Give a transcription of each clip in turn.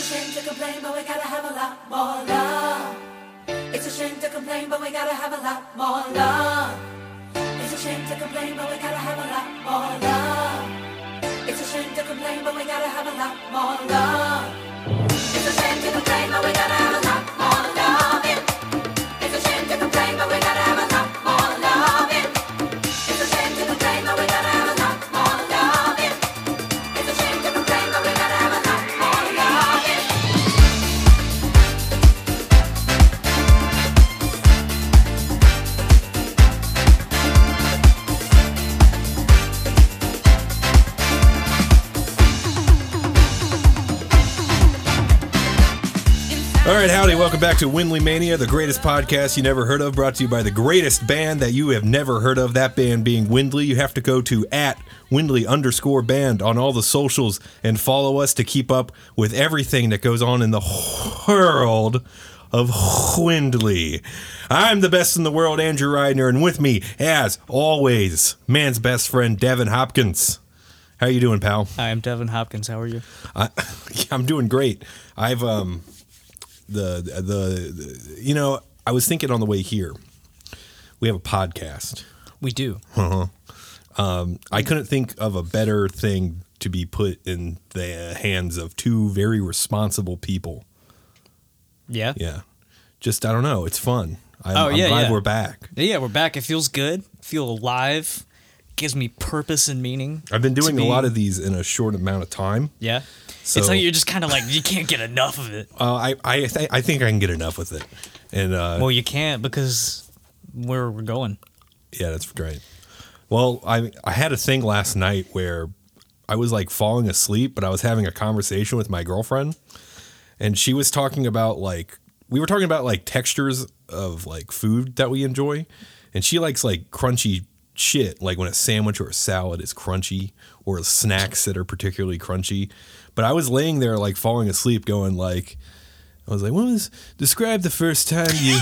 complain, but we gotta have a lot more love. It's a shame to complain, but we gotta have a lot more love. It's a shame to complain, but we gotta have a lot more love. It's a shame to complain, but we gotta have a lot more love. It's a shame to complain, but we gotta have a lot more loving. It's a shame to complain, but we gotta have a lot more loving. It's a shame to complain, but we gotta have a lot more loving. It's a shame to complain, but we gotta have a lot more loving. All right, howdy. Welcome back to Winley Mania, the greatest podcast you never heard of, brought to you by the greatest band that you have never heard of. That band being Windley. You have to go to at Windley underscore band on all the socials and follow us to keep up with everything that goes on in the world of Windley. I'm the best in the world, Andrew Reidner, and with me, as always, man's best friend, Devin Hopkins. How you doing, pal? Hi, I'm Devin Hopkins. How are you? I, I'm doing great. I've um the, the the you know I was thinking on the way here. We have a podcast. We do. Um, I couldn't think of a better thing to be put in the hands of two very responsible people. Yeah. Yeah, just I don't know. It's fun. I'm, Oh, yeah, I'm glad yeah. we're back. Yeah, we're back. It feels good. Feel alive. Gives me purpose and meaning. I've been to doing a be- lot of these in a short amount of time. Yeah. So- it's like you're just kind of like you can't get enough of it. Uh, I I th- I think I can get enough with it, and uh, Well, you can't because where we're going. Yeah, that's great. Well, I I had a thing last night where I was like falling asleep, but I was having a conversation with my girlfriend, and she was talking about like we were talking about like textures of like food that we enjoy, and she likes like crunchy shit, like when a sandwich or a salad is crunchy, or snacks that are particularly crunchy. But I was laying there like falling asleep, going like, I was like, "What was describe the first time you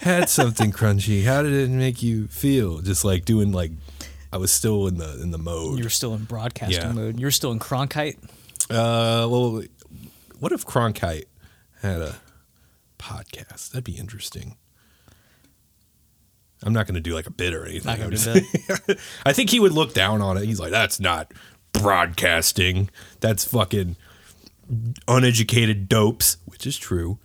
had something crunchy? How did it make you feel?" Just like doing like I was still in the in the mode. You're still in broadcasting Yeah. mode. You're still in Cronkite. Uh, well, what if Cronkite had a podcast? That'd be interesting. I'm not going to do like a bit or anything. Not I'm gonna do just- I think he would look down on it. He's like, "That's not broadcasting. That's fucking uneducated dopes," which is true.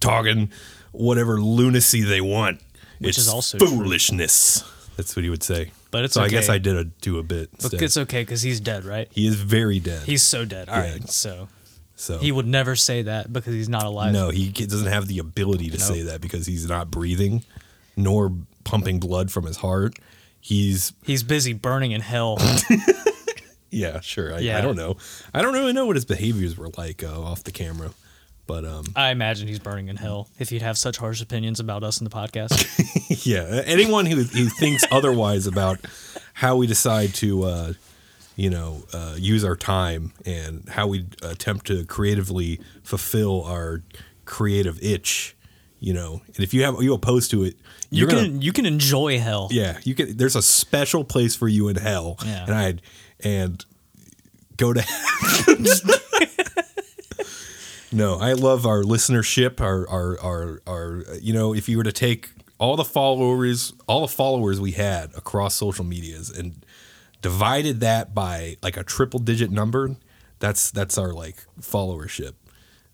Talking whatever lunacy they want, which is also true. foolishness. That's what he would say. But it's so I guess okay. I did a, do a bit. But Instead. it's okay because he's dead, right? He is very dead. He's so dead. All right. Yeah. So so he would never say that because he's not alive. No, he ca- doesn't have the ability to say that because he's not breathing nor pumping blood from his heart. He's He's busy burning in hell. yeah, sure. I, I Yeah. don't know. I don't really know what his behaviors were like uh, off the camera, but um, I imagine he's burning in hell if he'd have such harsh opinions about us in the podcast. yeah. Anyone who who thinks otherwise about how we decide to, uh, you know, uh, use our time and how we attempt to creatively fulfill our creative itch, you know, and if you have you opposed to it, you you're can gonna you can enjoy hell. Yeah, you can. There's a special place for you in hell, Yeah. and I'd and go to. no, I love our listenership. Our our our our. You know, if you were to take all the followers, all the followers we had across social medias, and divided that by like a triple digit number, that's that's our like followership,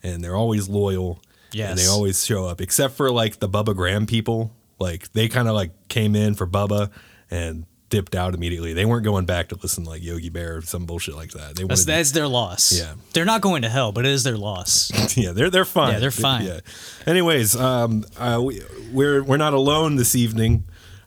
and they're always loyal. And they always Yes. always show up, except for like the Bubba Graham people. Like they kind of like came in for Bubba and dipped out immediately. They weren't going back to listen to like Yogi Bear or some bullshit like that. They That's, wanted, that's their loss. Yeah. They're not going to hell, but it is their loss. yeah, they're they're fine. Yeah, they're fine. Yeah. Anyways, um, uh, we, we're we're not alone this evening.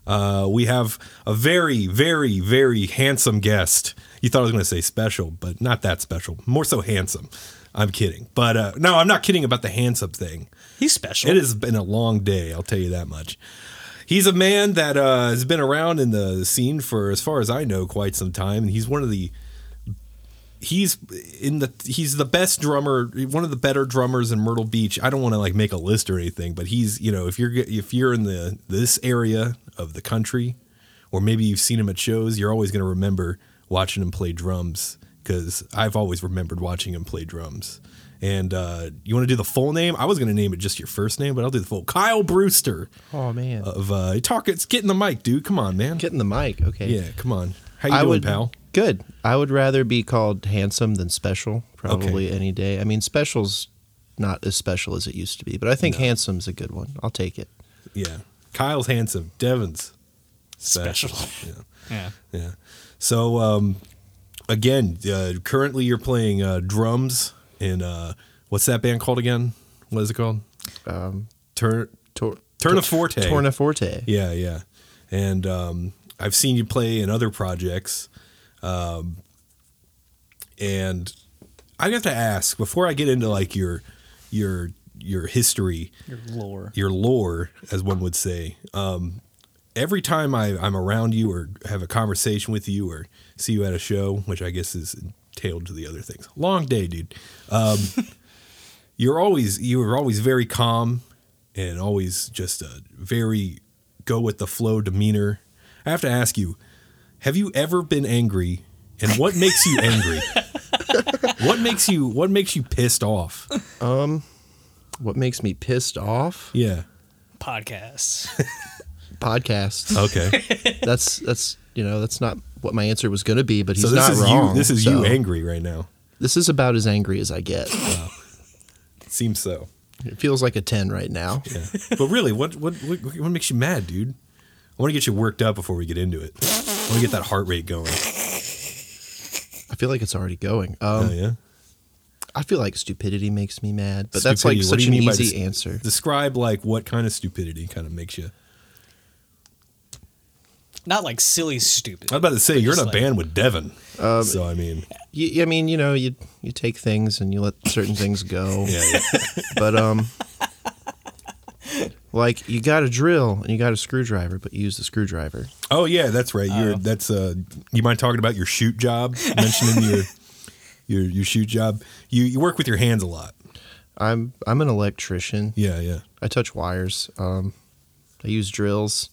Uh, we have a very very very handsome guest. You thought I was going to say special, but not that special. More so handsome. I'm kidding, but uh, no, I'm not kidding about the handsome thing. He's special. It has been a long day, I'll tell you that much. He's a man that uh, has been around in the scene for, as far as I know, quite some time. And he's one of the he's in the he's the best drummer, one of the better drummers in Myrtle Beach. I don't want to like make a list or anything, but he's you know if you're if you're in the this area of the country, or maybe you've seen him at shows, you're always going to remember watching him play drums because I've always remembered watching him play drums. And uh, you want to do the full name? I was going to name it just your first name, but I'll do the full. Kyle Brewster Oh man, of uh, talk. It's getting the mic, dude. Come on, man. getting the mic. Okay. yeah, come on. How you I doing, would, pal? Good. I would rather be called handsome than special, probably any day. I mean, special's not as special as it used to be, but I think handsome's a good one. I'll take it. Yeah, Kyle's handsome. Devin's Special. Yeah. Yeah. Yeah. So um, again, uh, currently you're playing uh, drums in uh, what's that band called again? What is it called? Um, Turn tor- Tornaforte. Tornaforte. Yeah, yeah. And um, I've seen you play in other projects. Um, and I have to ask before I get into like your your your history Your lore. your lore, as one would say. Um, every time I, I'm around you or have a conversation with you or see you at a show, which I guess is entailed to the other things. Long day, dude. Um, you're always you were always very calm and always just a very go with the flow demeanor. I have to ask you, have you ever been angry? And what makes you angry? what makes you what makes you pissed off? What makes me pissed off? Yeah. Podcasts. Podcasts. Okay. that's that's you know that's not what my answer was going to be, but he's so this not is wrong. you. This is so you angry right now. This is about as angry as I get. Seems so. it feels like a ten right now. Yeah. but really, what, what what what makes you mad, dude? I want to get you worked up before we get into it. I want to get that heart rate going. I feel like it's already going. Um, Oh yeah. I feel like stupidity makes me mad, but that's like Stupidity. What such do an you mean by easy dis- answer. Describe like what kind of stupidity kind of makes you. Not like silly stupid. I was about to say you're in a just like- band with Devin, so I mean, You, I mean, you know, you you take things and you let certain things go, yeah, yeah. but um, like you got a drill and you got a screwdriver, but you use the screwdriver. Oh yeah, that's right. You're that's uh you mind talking about your shoot job? Mentioning your your your shoot job. You you work with your hands a lot. I'm I'm an electrician. Yeah, yeah. I touch wires. Um, I use drills,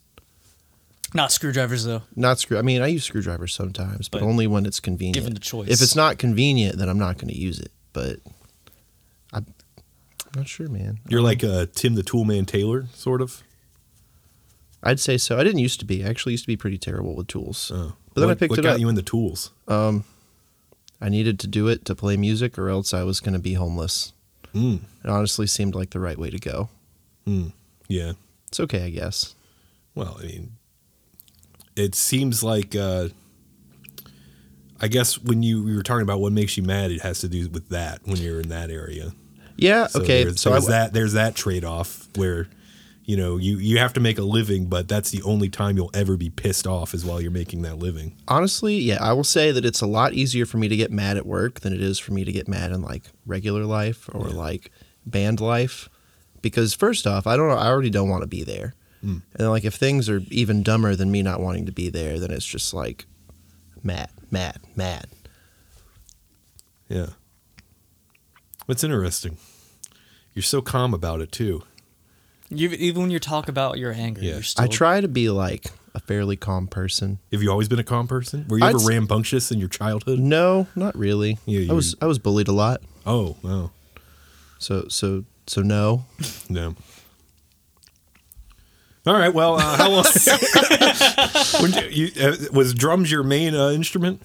Not screwdrivers though. not screw. I mean, I use screwdrivers sometimes, but, But only when it's convenient. given the choice. if it's not convenient, then I'm not going to use it. But I, I'm not sure, man. You're like uh, Tim the Toolman Taylor, sort of. I'd say so. I didn't used to be. I actually used to be pretty terrible with tools. Oh. But then what, I picked what it got up. you in the tools? I needed to do it to play music, or else I was going to be homeless. Mm. It honestly seemed like the right way to go. Yeah. It's okay, I guess. Hmm. Well, I mean, it seems like uh, I guess when you we were talking about what makes you mad, it has to do with that when you're in that area. Yeah. okay. there's, so I, there's that there's that trade off where you know you you have to make a living, but that's the only time you'll ever be pissed off is while you're making that living. honestly, yeah, I will say that it's a lot easier for me to get mad at work than it is for me to get mad in like regular life or like band life. Because first off, I don't know, I already don't want to be there. Hmm. And then, like if things are even dumber than me not wanting to be there, then it's just like mad, mad, mad. Yeah. What's interesting? You're so calm about it too. You, even when you talk about your anger, Yeah. you're still I try to be like a fairly calm person. Have you always been a calm person? Were you I'd ever s- rambunctious in your childhood? No, not really. Yeah, I was I was bullied a lot. Oh, wow. So so so no. No. All right. Well, uh, how long? When did you, uh, was drums your main uh, instrument?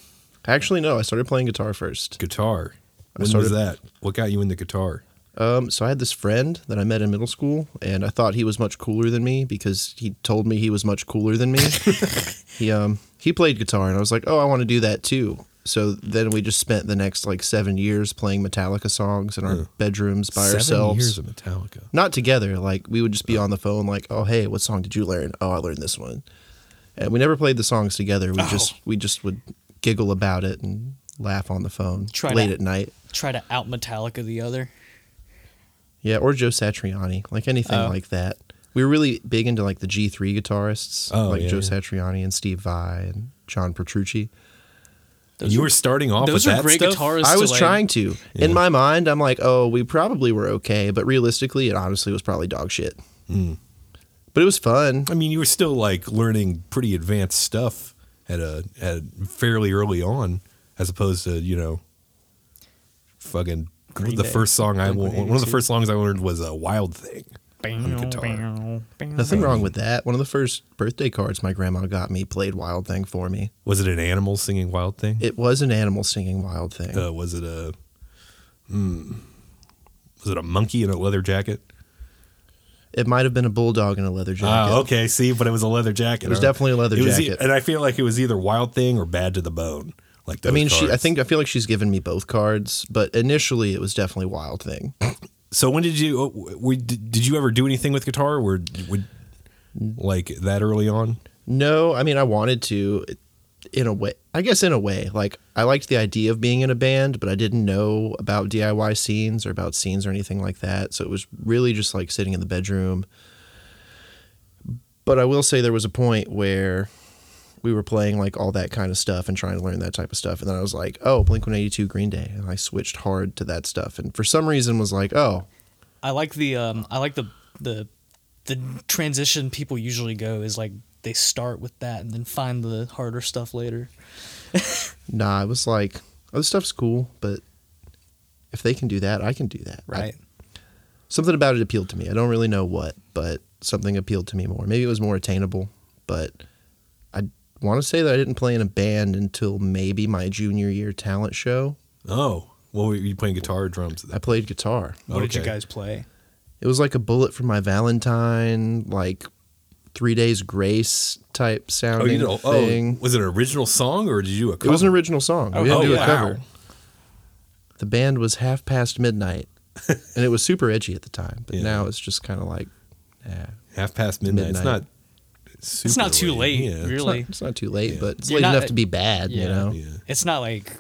Actually no, I started playing guitar first. Guitar. I When was started- that? What got you in the guitar? Um, so I had this friend that I met in middle school, and I thought he was much cooler than me because he told me he was much cooler than me. he um he played guitar, and I was like, oh, I want to do that too. So then we just spent the next like seven years playing Metallica songs in our bedrooms by Seven ourselves. years of Metallica. Not together. Like we would just be on the phone, like, oh hey, what song did you learn? Oh, I learned this one. And we never played the songs together. Oh. We just we just would giggle about it and laugh on the phone Try late to- at night. try to out Metallica the other. Yeah, or Joe Satriani, like anything Oh. like that. We were really big into like the G3 guitarists, Oh, like yeah, Joe yeah. Satriani and Steve Vai and John Petrucci. you were starting off Those with are that great stuff? guitarists. I to, was like- trying to. In my mind, I'm like, oh, we probably were okay, but realistically, it honestly was probably dog shit. Hmm. But it was fun. I mean, you were still like learning pretty advanced stuff at a at fairly early on, as opposed to you know, fucking Green the Day. first song I wa- one of the 182. first songs I learned was a Wild Thing. on guitar. Nothing wrong with that. One of the first birthday cards my grandma got me played Wild Thing for me. Was it an animal singing Wild Thing? It was an animal singing Wild Thing. uh, was it a hmm, was it a monkey in a leather jacket? It might have been a bulldog in a leather jacket. Ah, okay. See, but it was a leather jacket. It was huh? definitely a leather It was e- jacket. and I feel like it was either Wild Thing or Bad to the Bone. Like I those mean, she. I cards. think I feel like she's given me both cards, but initially it was definitely Wild Thing. So when did you? uh, We did did you ever do anything with guitar? Were would like that early on? No, I mean I wanted to, in a way. I guess in a way, like I liked the idea of being in a band, but I didn't know about DIY scenes or about scenes or anything like that. So it was really just like sitting in the bedroom. But I will say there was a point where we were playing like all that kind of stuff and trying to learn that type of stuff, and then I was like, oh, Blink One Eighty Two, Green Day, and I switched hard to that stuff, and for some reason was like, oh, I like the um I like the the the transition people usually go is like they start with that and then find the harder stuff later. Nah, it was like, oh, this stuff's cool, but if they can do that, I can do that. I- something about it appealed to me. I don't really know what, but something appealed to me more. Maybe it was more attainable, but I want to say that I didn't play in a band until maybe my junior year talent show. Oh, well, were you playing guitar or drums? at I that- played guitar. What did you Okay. guys play? It was like a bullet for my Valentine, like three days grace type Oh, you sounding know, oh, thing. was it an original song or did you do a cover? it was an original song. we didn't Oh, do wow. a cover. the band was half past midnight and it was super edgy at the time but Yeah. now it's just kind of like eh, Half past midnight. It's not. Midnight. Super It's not too late, it's, really. not, it's not too late Yeah. but it's You're late not- enough to be bad yeah. you know Yeah. It's not like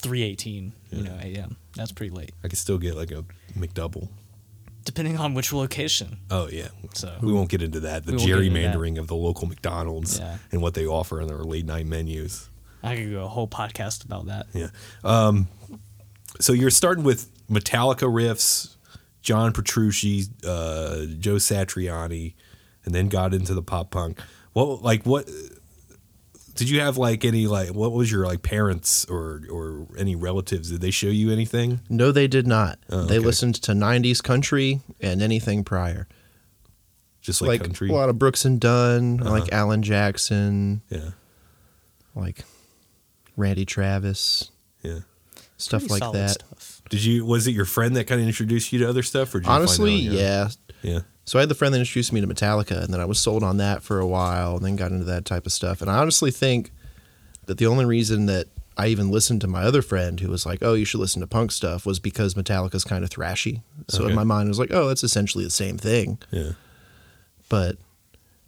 318, you know, AM. That's pretty late. I could still get like a McDouble. Depending on which location. Oh yeah. So- we won't get into that. The We won't get into gerrymandering of the local McDonald's Yeah. and what they offer in their late night menus. I could go a whole podcast about that. Yeah. Um, so you're starting with Metallica riffs, John Petrucci, uh, Joe Satriani, and then got into the pop punk. What like what did you have like any like what was your like parents or or any relatives? Did they show you anything? no they did not Oh, they okay. listened to 90s country and anything prior Just like, like, country. Uh-huh. a lot of brooks and dunn like alan jackson yeah. like randy travis Yeah. stuff Pretty like solid that Stuff. Did you was it your friend that kind of introduced you to other stuff or did you find that honestly on your- yeah Yeah. So I had the friend that introduced me to Metallica, and then I was sold on that for a while, and then got into that type of stuff. And I honestly think that the only reason that I even listened to my other friend, who was like, "Oh, you should listen to punk stuff," was because Metallica's kind of thrashy. So Okay. in my mind, it was like, "Oh, that's essentially the same thing." Yeah. But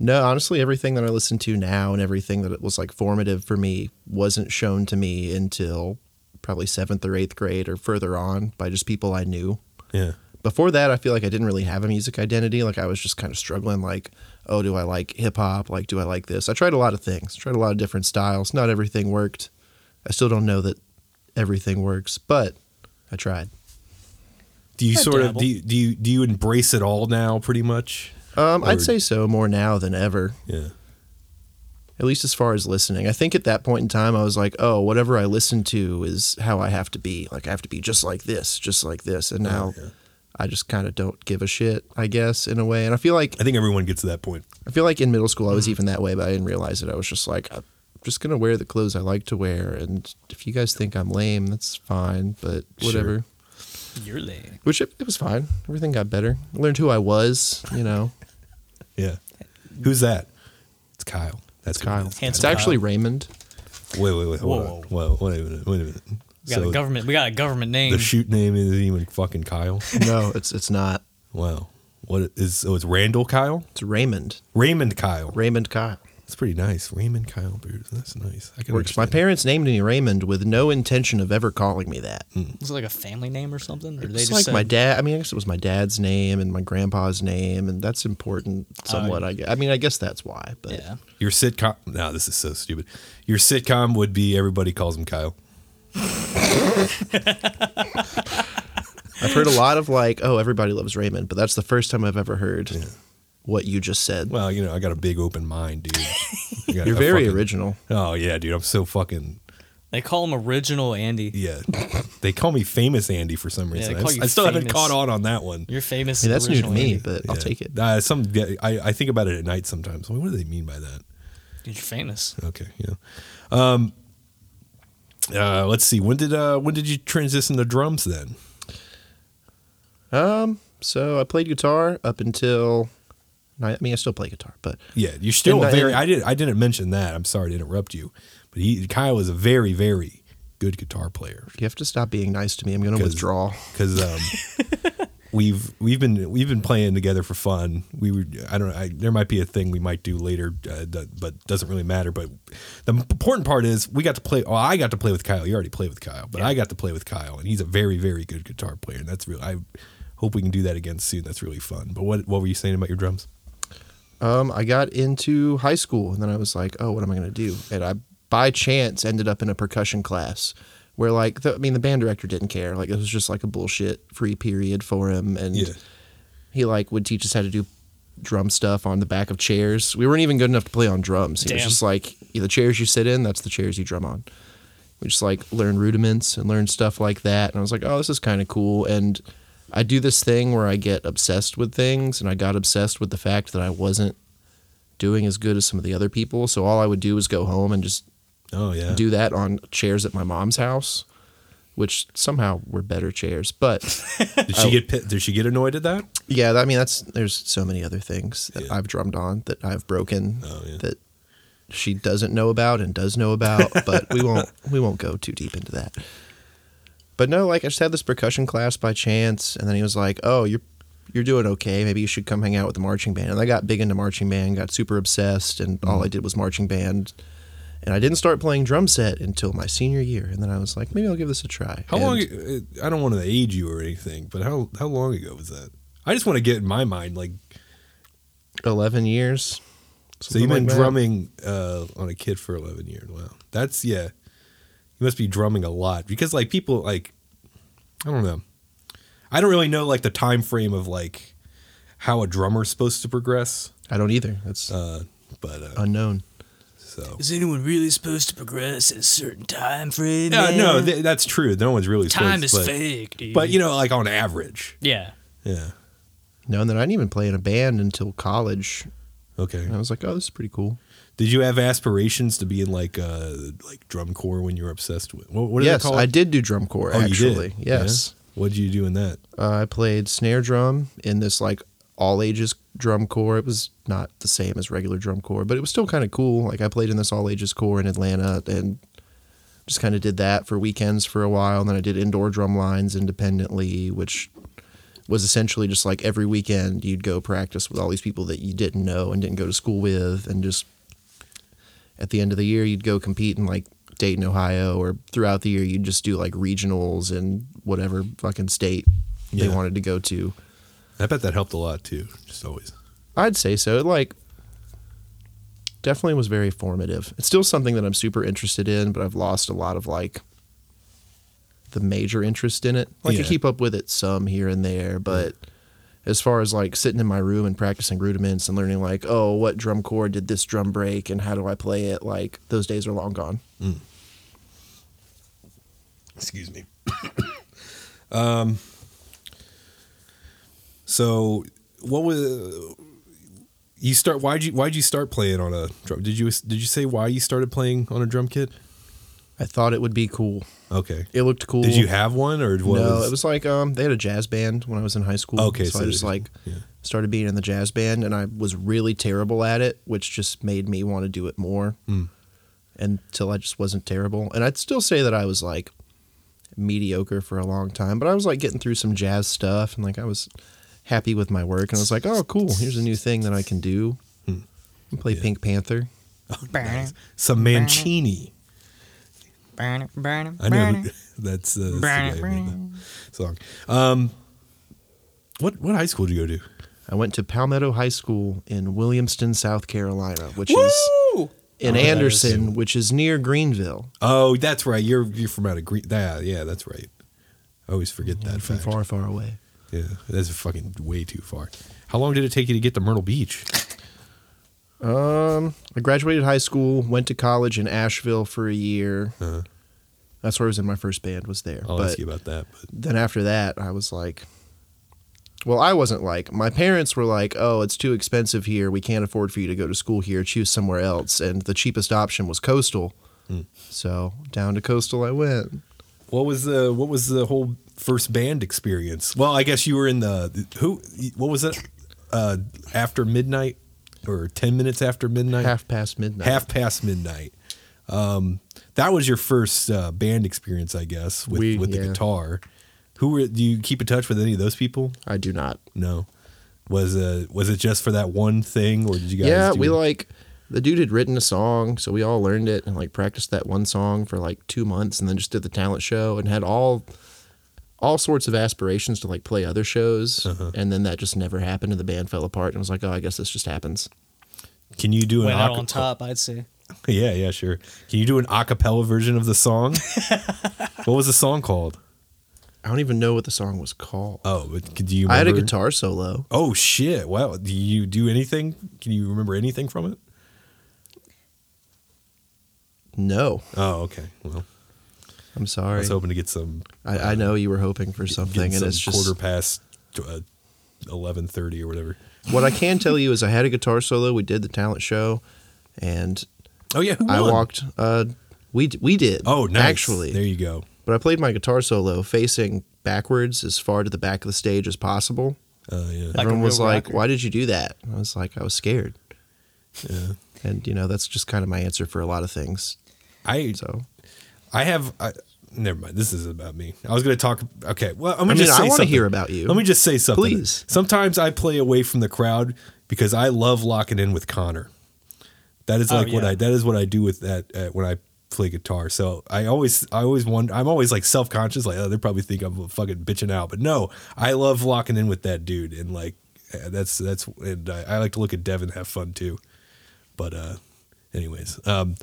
no, honestly, everything that I listen to now and everything that it was like formative for me wasn't shown to me until probably seventh or eighth grade or further on by just people I knew Yeah. before that i feel like i didn't really have a music identity like i was just kind of struggling like oh do i like hip hop like do i like this i tried a lot of things tried a lot of different styles not everything worked i still don't know that everything works but i tried Do you I sort of dabble. do you, do you do you embrace it all now pretty much? um, Or- i'd say so more now than ever Yeah. at least as far as listening i think at that point in time i was like oh whatever i listen to is how i have to be like i have to be just like this just like this and now i just kind of don't give a shit i guess in a way and i feel like I think everyone gets to that point. I feel like in middle school I was Mm. even that way, but I didn't realize it. I was just like, I'm just gonna wear the clothes I like to wear, and if you guys think I'm lame, that's fine. But whatever. Sure. You're late. Which it, it was fine. Everything got better. I learned who I was. You know, Yeah. Who's that? It's Kyle. That's it's Kyle. Handsome it's actually Kyle. Raymond. Wait, wait, wait. Hold Whoa. on. Whoa, wait a minute. Wait a minute. We got a government. We got a government name. the shoot name isn't even fucking Kyle. No, it's it's not. wow. What is? So it's Randall Kyle. It's Raymond. Raymond Kyle. Raymond Kyle. It's pretty nice. Raymond Kyle Beard. That's nice. I can Works. My understand. parents named me Raymond with no intention of ever calling me that. Was it like a family name or something? Or Mm. they It's just like said, my dad. I mean, I guess it was my dad's name and my grandpa's name, and that's important somewhat. I guess. I mean, I guess that's why. But Ah, Yeah. Your sitcom. No, this is so stupid. Your sitcom would be everybody calls him Kyle. I've heard a lot of like, oh, everybody loves Raymond, but that's the first time I've ever heard what you just said. Well, you know, I got a big open mind, dude. I got You're a very fucking- original. Oh yeah, dude. I'm so fucking. They call him Original Andy. Yeah, they call me famous Andy for some Yeah, they reason. call I, you I still haven't famous. caught on on that one. You're famous. I mean, that's new to Original me, Andy. but I'll Yeah. take it. Uh, some yeah, I, I think about it at night sometimes. What do they mean by that? Dude, you're famous. Okay, yeah. Um, uh, let's see. When did uh, when did you transition to drums then? Um, so I played guitar up until. I mean, I still play guitar, but Yeah, you're still In a the- very. in- I did. I didn't mention that. I'm sorry to interrupt you, but he Kyle is a very very good guitar player you have to stop being nice to me. I'm going to 'Cause- withdraw. because um, we've we've been we've been playing together for fun. We were I don't know. I, there might be a thing we might do later, uh, that, but doesn't really matter. But the important part is we got to play. Oh, I got to play with Kyle. You already played with Kyle, but I got to play with Kyle, and he's a very very good guitar player. And that's real. I hope we can do that again soon. That's really fun. But what what were you saying about your drums? Um, I got into high school, and then I was like, "Oh, what am I going to do?" And I, by chance, ended up in a percussion class where, like, the, I mean, the band director didn't care. Like, it was just like a bullshit free period for him, and Yeah. he like would teach us how to do drum stuff on the back of chairs. We weren't even good enough to play on drums. It was Damn. just like yeah, the chairs you sit in, that's the chairs you drum on. We just like learn rudiments and learn stuff like that. And I was like, oh, this is kind of cool. And I do this thing where I get obsessed with things, and I got obsessed with the fact that I wasn't doing as good as some of the other people. So all I would do was go home and just Oh yeah, do that on chairs at my mom's house, which somehow were better chairs. But Did she get pit, did she get annoyed at that? Yeah, I mean that's there's so many other things that Yeah. I've drummed on that I've broken Oh, yeah. that she doesn't know about and does know about, but we won't we won't go too deep into that. But no, like I just had this percussion class by chance, and then he was like, "Oh, you're you're doing okay. Maybe you should come hang out with the marching band." And I got big into marching band, got super obsessed, and Mm-hmm. all I did was marching band. And I didn't start playing drum set until my senior year, and then I was like, maybe I'll give this a try. How And- long? uh, I don't want to age you or anything, but how how long ago was that? I just want to get in my mind like Eleven years. so you've something been like that. drumming uh, on a kid for eleven years. Wow, that's yeah. You must be drumming a lot because like people like I don't know. I don't really know like the time frame of like how a drummer's supposed to progress, I don't either. That's uh, but uh, unknown. so Is anyone really supposed to progress at a certain time frame? yeah, man? no, th- that's true. No one's really time is supposed, but, fake, dude. but you know, like on average, yeah, yeah, No, and then I didn't even play in a band until college. okay. And I was like, oh, this is pretty cool. Did you have aspirations to be in like uh like drum corps when you were obsessed with what? What do yes, they call I it? Oh, did do drum corps, actually. you did. Yes. Yeah? What did you do in that? Uh, I played snare drum in this like all ages drum corps. It was not the same as regular drum corps, but it was still kind of cool. Like I played in this all ages corps in Atlanta and just kind of did that for weekends for a while. And then I did indoor drum lines independently, which was essentially just like every weekend you'd go practice with all these people that you didn't know and didn't go to school with and just at the end of the year you'd go compete in like Dayton, Ohio, or throughout the year you'd just do like regionals and whatever fucking state they Yeah. wanted to go to. I bet that helped a lot too. Just always. I'd say so. It like definitely was very formative. It's still something that I'm super interested in, but I've lost a lot of like the major interest in it. Like I Yeah. keep up with it some here and there, but as far as like sitting in my room and practicing rudiments and learning like, oh, what drum chord did this drum break and how do I play it? Like those days are long gone. Excuse me. um. So what was you start? Why'd you Why'd you start playing on a drum? Did you Did you say why you started playing on a drum kit? I thought it would be cool. Okay. It looked cool. Did you have one or what? no, it was like um, they had a jazz band when I was in high school. Okay, so, so I just they- like yeah. started being in the jazz band, and I was really terrible at it, which just made me want to do it more. Hmm. Until I just wasn't terrible, and I'd still say that I was like mediocre for a long time, but I was like getting through some jazz stuff, and like I was happy with my work, and I was like, oh, cool, here's a new thing that I can do. Hmm. And play Pink Panther. Burn it, some Mancini. burn it, burn it, I burn know it. who- that's, uh, that's the guy Burn it, who burn made it. that song. Um, what what high school did you go to? I went to Palmetto High School in Williamston, South Carolina, which is in I know Oh, that is- Anderson, which is near Greenville. Oh, that's right. You're you're from out of Green. Yeah, yeah, that's right. I always forget that from fact. far, far away. Yeah, that's fucking way too far. How long did it take you to get to Myrtle Beach? Um, I graduated high school, went to college in Asheville for a year, That's where I was in my first band was there. I'll but ask you about that. Oh, But then after that, I was like, well, I wasn't like my parents were like, oh, it's too expensive here. We can't afford for you to go to school here. Choose somewhere else. And the cheapest option was coastal. So down to coastal I went. what was the what was the whole first band experience? Well, I guess you were in the who? What was it? Uh, after midnight or ten minutes after midnight? Half past midnight. half past midnight. Um, that was your first uh, band experience, I guess, with, We- with the yeah. guitar. Who were? Do you keep in touch with any of those people? I do not. No. Was uh was it just for that one thing, or did you guys? yeah, do- we like the dude had written a song, so we all learned it and like practiced that one song for like two months, and then just did the talent show and had all all sorts of aspirations to like play other shows, and then that just never happened, and the band fell apart, and was like, oh, I guess this just happens. Can you do an Went out aca- on top, I'd say. Yeah, yeah, sure. Can you do an a cappella version of the song? what was the song called? I don't even know what the song was called. Oh, but could you? Remember? I had a guitar solo. Oh shit! Wow, do you do anything? Can you remember anything from it? No, Oh, okay. Well, I'm I sorry. was hoping to get some I, I know you were hoping for something, getting and some it's just quarter past uh, eleven thirty or whatever. what I can tell you is I had a guitar solo. We did the talent show, and Oh yeah, who I won? walked. Uh, we d- we did. Oh, nice. actually, there you go. but I played my guitar solo facing backwards as far to the back of the stage as possible. Uh, yeah. Like a Everyone was real like, rocker. "Why did you do that?" I was like, "I was scared." Yeah. And you know that's just kind of my answer for a lot of things. I So I have. I, never mind. This is about me. I was going to talk. Okay. Well, I'm I going mean, just I say wanna something. hear about you. Let me just say something. Please. Sometimes I play away from the crowd because I love locking in with Connor. That is Oh, like what yeah. I. That is what I do with that uh, when I play guitar. So I always, I always wonder. I'm always like self conscious. Like, oh, they probably think I'm fucking bitching out. But no, I love locking in with that dude. And like, uh, that's that's. And I, I like to look at Dev and have fun too. But uh, anyways, um,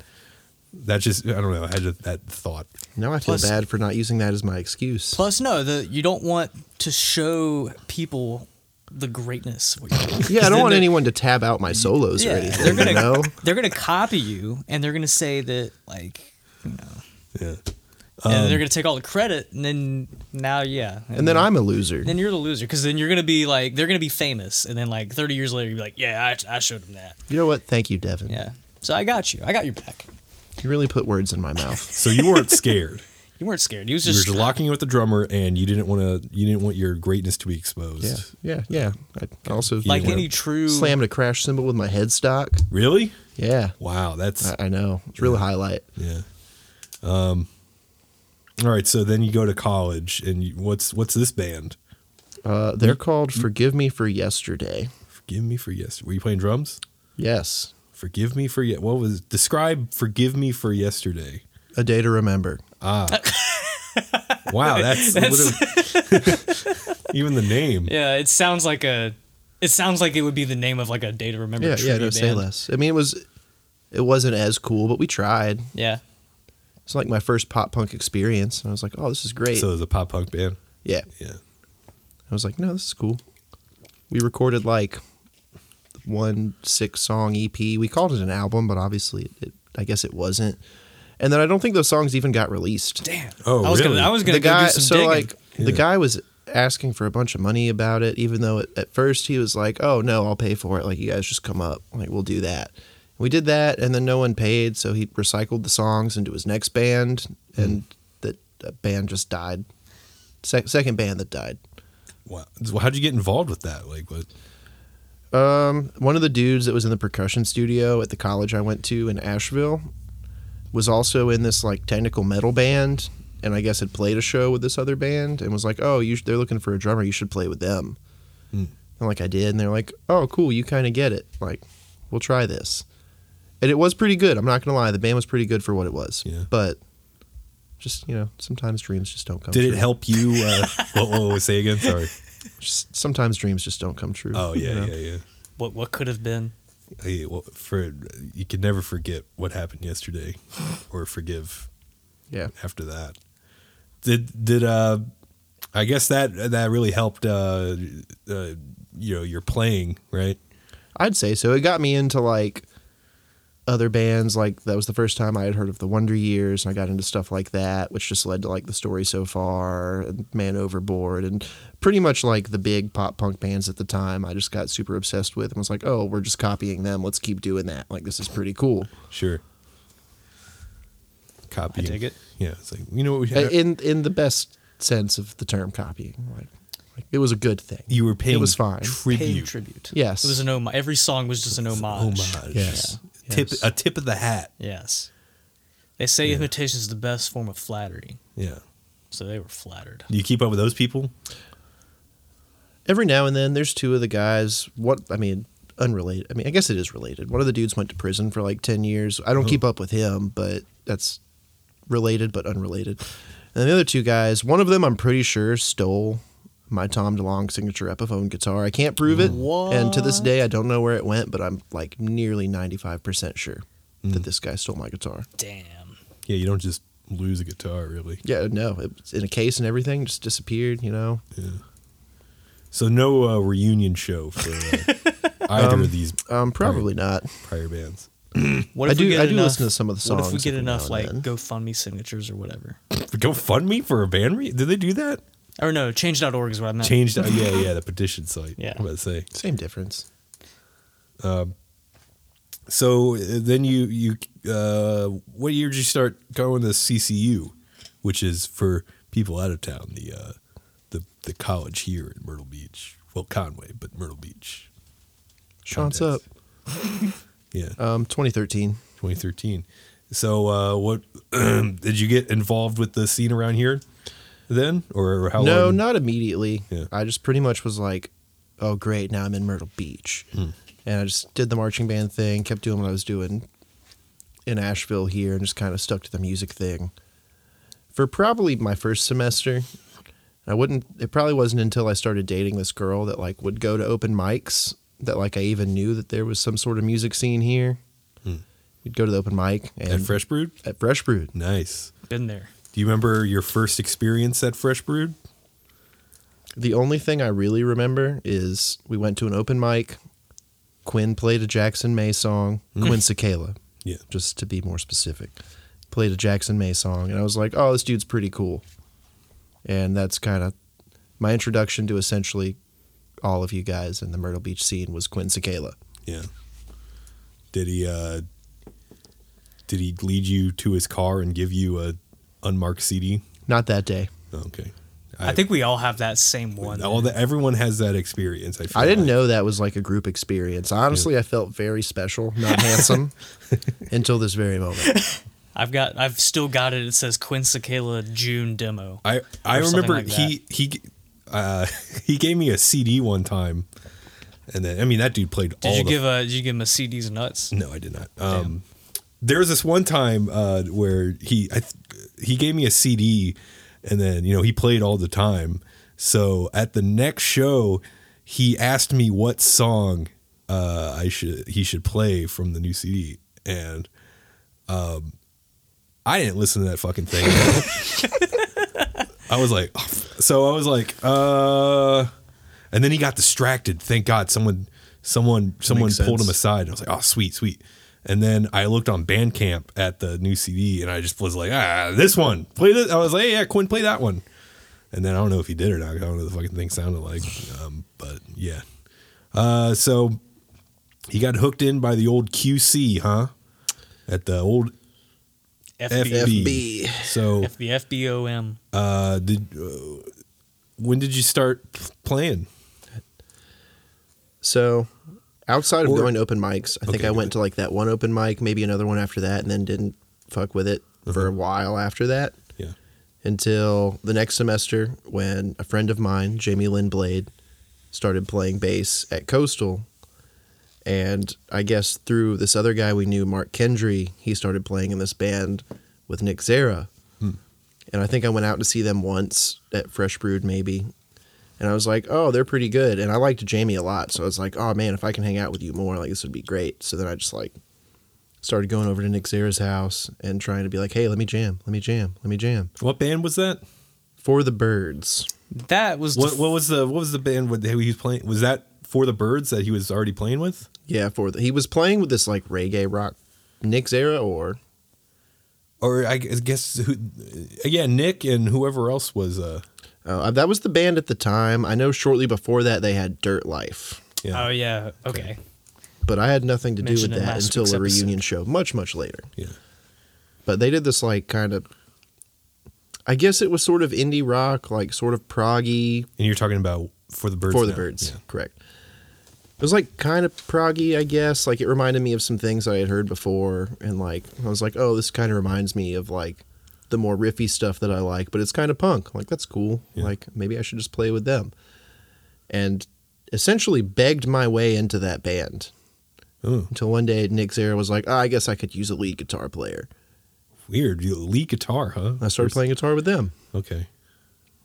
that just I don't know. I had just that thought. now I feel Plus- bad for not using that as my excuse. Plus, no, the you don't want to show people the greatness. of what you're doing. yeah, I 'Cause don't then want they- anyone to tab out my solos or anything. they're gonna you know? they're gonna copy you, and they're gonna say that like, you know, Yeah. and they're gonna take all the credit, and then now yeah, Um, And then I'm a loser. then you're the loser because then you're gonna be like they're gonna be famous, and then like 30 years later you're like yeah I, I showed them that You know what? Thank you, Devin. yeah. So I got you, I got your back. You really put words in my mouth. So you weren't scared. You weren't scared. You was you were just, just locking in with the drummer, and you didn't want to. You didn't want your greatness to be exposed. Yeah, yeah, yeah. I I also like you know, any true slammed a crash cymbal with my headstock. Really? Yeah, Wow. That's I, I know. It's really highlight. yeah. Um. All right. So then you go to college, and you, what's what's this band? Uh, they're called "Forgive Me for Yesterday." Forgive me for yes. Were you playing drums? Yes, Forgive me for yet. What was describe? Forgive me for yesterday. a day to remember. Wow. That's, literally- even the name. yeah. It sounds like a it sounds like it would be the name of like a day to remember. Yeah, yeah. tribute No, say band. less. I mean, it was, it wasn't as cool, but we tried. Yeah. It's like my first pop punk experience, and I was like, "Oh, this is great." So it was a pop punk band. yeah, Yeah. I was like, "No, this is cool." We recorded like one six song EP. We called it an album, but obviously, it, it, I guess it wasn't. And then I don't think those songs even got released. Damn. Oh, I was really? gonna I was gonna the go guy, do some so digging. like Yeah. the guy was asking for a bunch of money about it, even though at, at first he was like, "Oh no, I'll pay for it. Like you guys just come up, like we'll do that." We did that, and then no one paid, so he recycled the songs into his next band, and that uh, band just died. Sec- second band that died. Wow. So how'd you get involved with that? Like what? Um, one of the dudes that was in the percussion studio at the college I went to in Asheville was also in this like technical metal band, and I guess had played a show with this other band, and was like, "Oh, you sh- they're looking for a drummer. You should play with them." Hmm. And like I did, and they're like, "Oh, cool. You kind of get it. Like, we'll try this." And it was pretty good. I'm not gonna lie. The band was pretty good for what it was. Yeah. But just you know, sometimes dreams just don't come. Did true. it help you? Uh, whoa, whoa, whoa, say again. Sorry. Just, sometimes dreams just don't come true. Oh yeah, you know? yeah, yeah. what what could have been. Hey, well, for you can never forget what happened yesterday, or forgive yeah. after that. Did did uh, I guess that that really helped uh, uh you know your playing right? I'd say so. It got me into like other bands. Like that was the first time I had heard of the Wonder Years, and I got into stuff like that, which just led to like the story so far, and Man Overboard, and pretty much like the big pop punk bands at the time. I just got super obsessed with, and was like, oh, we're just copying them. Let's keep doing that. Like this is pretty cool. Sure. Copy. I dig it. Yeah, it's like you know what we Uh, had. in in the best sense of the term copying like, like, it was a good thing you were paying. it was fine Paying Tribute. tribute. Yes. It was an homage. Every song was just an homage. Homage. Yes. Yeah. Tip Yes. a tip of the hat. Yes. They say imitation is the best form of flattery, Yeah. so they were flattered. Do you keep up with those people? every now and then there's two of the guys what i mean unrelated i mean i guess it is related one of the dudes went to prison for like 10 years i don't keep up with him but that's related but unrelated and the other two guys one of them i'm pretty sure stole my tom delong signature epiphone guitar i can't prove it and to this day i don't know where it went but i'm like nearly 95% sure that this guy stole my guitar Damn. Yeah, you don't just lose a guitar, really. Yeah, no, it was in a case and everything just disappeared. You know, So no uh, reunion show for uh, either of these um, probably not. prior bands. What I if we do- get I do enough- listen to some of the What if we songs get every now enough and like then. GoFundMe signatures or whatever? GoFundMe for a band? Re- Did they do that? or no, change.org is what I meant. Changed. uh, yeah, yeah, the petition site. Yeah. I'm about to say. Same difference. So uh, then you you uh, what year did you start going to CCU, which is for people out of town the uh, the the college here in Myrtle Beach, well Conway, but Myrtle Beach. Sean's up. Context. Yeah, Um, 2013. 2013. So uh, what did you get involved with the scene around here then, or how? no, long? not immediately. Yeah. I just pretty much was like, oh great, now I'm in Myrtle Beach, Hmm. and I just did the marching band thing, kept doing what I was doing in Asheville here, and just kind of stuck to the music thing for probably my first semester. I wouldn't. It probably wasn't until I started dating this girl that like would go to open mics that like I even knew that there was some sort of music scene here. You'd go to the open mic and Hmm. at Fresh Brewed. at Fresh Brewed. Nice. Been there. Do you remember your first experience at Fresh Brewed? The only thing I really remember is we went to an open mic. Quinn played a Jackson May song. Quinn Cicala, Yeah. just to be more specific, played a Jackson May song, and I was like, "Oh, this dude's pretty cool." And that's kind of my introduction to essentially all of you guys in the Myrtle Beach scene was Quinn Cicala. Yeah. Did he uh did he lead you to his car and give you a unmarked CD? Not that day. Okay. I, think we all have that same one. all that everyone has that experience. I, feel I didn't like. know that was like a group experience. Honestly, I felt very special, not handsome, until this very moment. I've got. I've still got it. It says Quinn Cicala June demo. I I or something remember like he he uh he gave me a CD one time, and then I mean that dude played. all did you the give a? Did you give him a CD's nuts? No, I did not. Um, there was this one time uh, where he I th- he gave me a CD, and then you know he played all the time. So at the next show, he asked me what song uh, I should he should play from the new CD, and um, I didn't listen to that fucking thing. I was like, so I was like, uh, and then he got distracted. Thank God, someone, someone, someone pulled him sense. aside. And I was like, oh, sweet, sweet. And then I looked on Bandcamp at the new CD, and I just was like, ah, this one, play this. I was like, hey, yeah, Quinn, play that one. And then I don't know if he did or not. I don't know what the fucking thing sounded like, um, but yeah. Uh, so he got hooked in by the old QC, huh? At the old FB, FB. So FB, FBOM. uh, did uh, when did you start p- playing? So outside of Or- going to open mics, I think Okay, I go went to like that one open mic, maybe another one after that, and then didn't fuck with it for a while after that Yeah. until the next semester when a friend of mine, Jamie Lynn Blade, started playing bass at Coastal. And I guess through this other guy we knew, Mark Kendry, he started playing in this band with Nick Zara. And I think I went out to see them once at Fresh Brewed, maybe. And I was like, oh, they're pretty good. And I liked Jamie a lot. So I was like, oh, man, if I can hang out with you more, like, this would be great. So then I just, like, started going over to Nick Zara's house and trying to be like, hey, let me jam, let me jam, let me jam. What band was that? For the Birds. That was the What what was the what was the band with- that he was playing? Was that for the birds that he was already playing with? Yeah, for the, he was playing with this like reggae rock Nick Zara or Or I gu- guess who? uh, Yeah, Nick and whoever else was. Uh, uh, that was the band at the time. I know shortly before that they had Dirt Life, yeah, Oh yeah. Okay. but I had nothing to do Mentioned with in that last until week's a episode. reunion show, much much later. yeah. But they did this like kind of. I guess it was sort of indie rock, like sort of proggy And you're talking about for the birds. for the now. birds. Yeah. Correct. It was like kind of proggy, I guess. Like it reminded me of some things I had heard before, and like I was like, oh, this kind of reminds me of like the more riffy stuff that I like, but it's kind of punk. Like that's cool. Yeah. Like maybe I should just play with them, and essentially begged my way into that band Oh, until one day Nick Zara was like, oh, I guess I could use a lead guitar player. weird. You lead guitar, huh? I started playing guitar with them. Okay.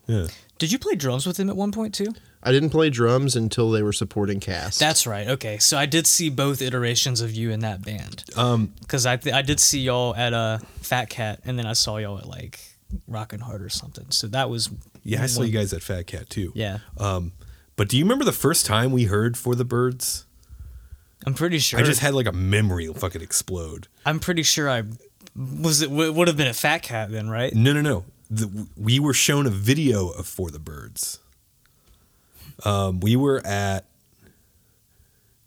Yeah. Did you play drums with him at one point too? I didn't play drums until they were supporting cast. That's right. Okay, so I did see both iterations of you in that band. Um, Because I th- I did see y'all at uh, Fat Cat, and then I saw y'all at like Rockin' Hard or something. So that was yeah, I saw one- you guys at Fat Cat too. Yeah, Um, but do you remember the first time we heard for the birds? I'm pretty sure. I just had like a memory fucking explode. I'm pretty sure I was it w- would have been a Fat Cat then, right? No, no, no. The, we were shown a video of For the Birds. Um, we were at,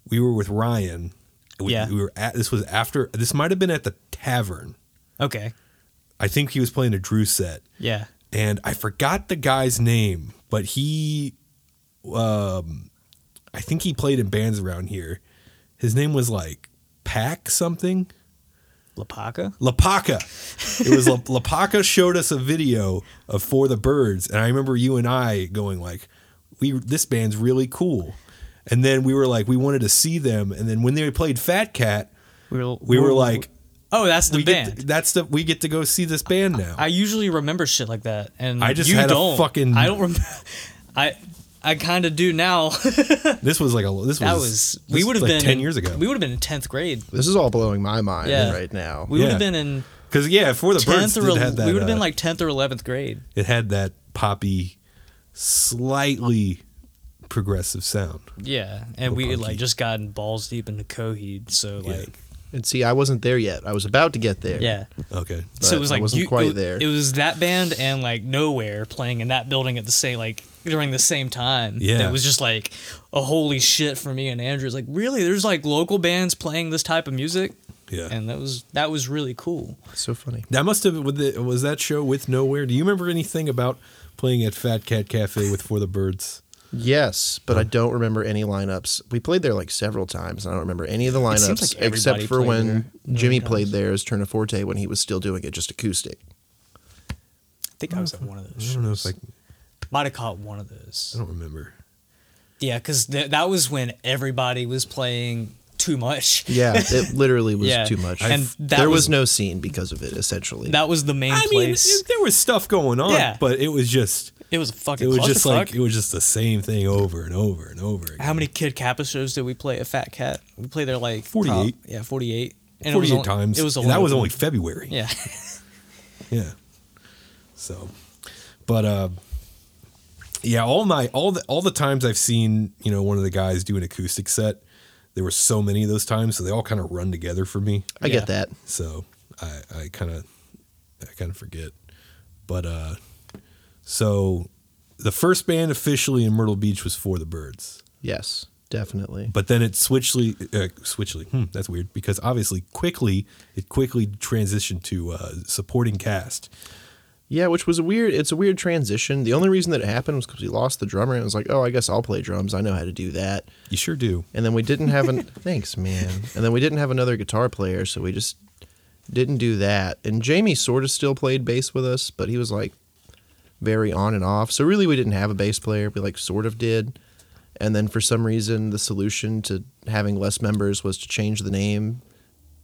we were with Ryan. We, Yeah. we were at. This was after. This might have been at the tavern. Okay. I think he was playing a Drew set, Yeah. and I forgot the guy's name, but he, um, I think he played in bands around here. His name was like Pack something. Lapaka. Lapaka. It was La- Lapaka showed us a video of For the Birds, and I remember you and I going like, "We this band's really cool," and then we were like, we wanted to see them, and then when they played Fat Cat, We were we were like, oh, that's the "We band. get to- that's the we get to go see this band now." I usually remember shit like that, and I just you had a don't. fucking- I don't remember. I I kind of do now. this was like a this was that was this we would have like been ten in- years ago. We would have been in tenth grade. this is all blowing my mind Yeah. right now. We would Yeah. have been in Because yeah, For the Birds tenth or did el- have that. we would have been uh, like tenth or eleventh grade. it had that poppy, slightly progressive sound. Yeah, and we had, like just gotten balls deep into Coheed, so Yeah. like And see, I wasn't there yet. I was about to get there. yeah. Okay. So but it was I like wasn't you- quite it, there. It was that band and like Nowhere playing in that building at the same like during the same time. Yeah. it was just like a holy shit for me and Andrew. It's like really, there's like local bands playing this type of music, Yeah. and that was that was really cool. So funny. That must have was the- was that show with nowhere. Do you remember anything about playing at Fat Cat Cafe with For the Birds? Yes, but I don't remember any lineups. We played there like several times, and I don't remember any of the It seems lineups like everybody except for played when there a million Jimmy times. played there as Turna Forte when he was still doing it just acoustic. I think I was at one of those. I don't know if shows. I, might have caught one of I those. don't remember. Yeah, because th- that was when everybody was playing too much. Yeah, it literally was Yeah, too much. and that there was, was- no scene because of it. Essentially, That was the main I mean, place. it- there was stuff going on, Yeah. but it was just it, was a fucking. it was just like clusterfuck. it was just the same thing over and over and over again. How many Kid Kappa shows did we play at Fat Cat? We played there like 48. prob- yeah, forty eight. Forty-eight times. It was and only that was open- only February. Yeah, Yeah. So, but uh, yeah, all my all the all the times I've seen you know one of the guys do an acoustic set, there were so many of those times, so they all kind of run together for me. I yeah. get that. So I I kind of I kind of forget, but uh, so the first band officially in Myrtle Beach was for the Birds, Yes, definitely. but then it switchly uh, switchly hmm, that's weird because obviously quickly it quickly transitioned to uh, supporting cast. Yeah, which was a weird. It's a weird transition. The only reason that it happened was because we lost the drummer, and it was like, oh, I guess I'll play drums. I know how to do that. You sure do. And then we didn't have an thanks, man. And then we didn't have another guitar player, so we just didn't do that. And Jamie sort of still played bass with us, but he was like very on and off. So really, we didn't have a bass player. We like sort of did. And then for some reason, the solution to having less members was to change the name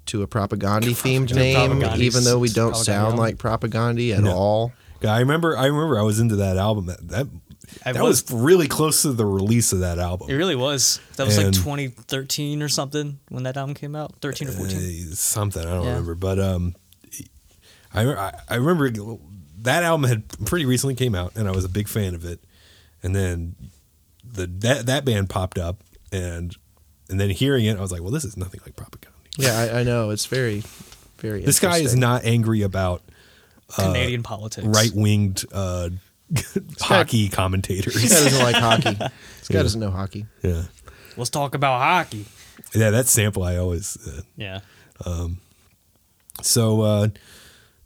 to a propaganda themed name, Propagandis. even though we don't Propagandis. sound like propaganda at No. all. Yeah, I remember. I remember. I was into that album. That that, I that was, really close to the release of that album. it really was. That was And- like twenty thirteen or something when that album came out. Thirteen or fourteen. Uh, something I don't Yeah. remember, but um, I I- I remember that album had pretty recently came out, and I was a big fan of it. And then the that that band popped up, and and then hearing it, I was like, well, this is nothing like Propaganda. Yeah, I, I know. It's very, very. This guy is interesting. not angry about Canadian politics. Uh, right winged uh, hockey commentators. This guy doesn't like hockey. This guy doesn't know hockey. Yeah, Let's talk about hockey. yeah. That sample I always. Uh, Yeah. so uh,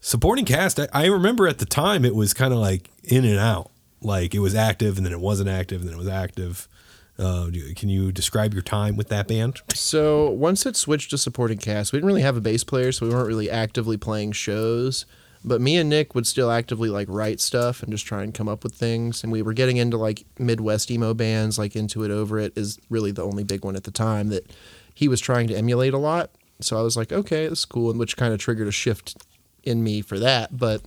supporting cast. I, I remember at the time it was kind of like in and out. Like it was active and then it wasn't active and then it was active. Uh, do- can you describe your time with that band? So once it switched to supporting cast, we didn't really have a bass player, so we weren't really actively playing shows. But me and Nick would still actively like write stuff and just try and come up with things. And we were getting into like Midwest emo bands, like Into It Over It is really the only big one at the time that he was trying to emulate a lot. So I was like, okay, that's cool, and which kind of triggered a shift in me for that. But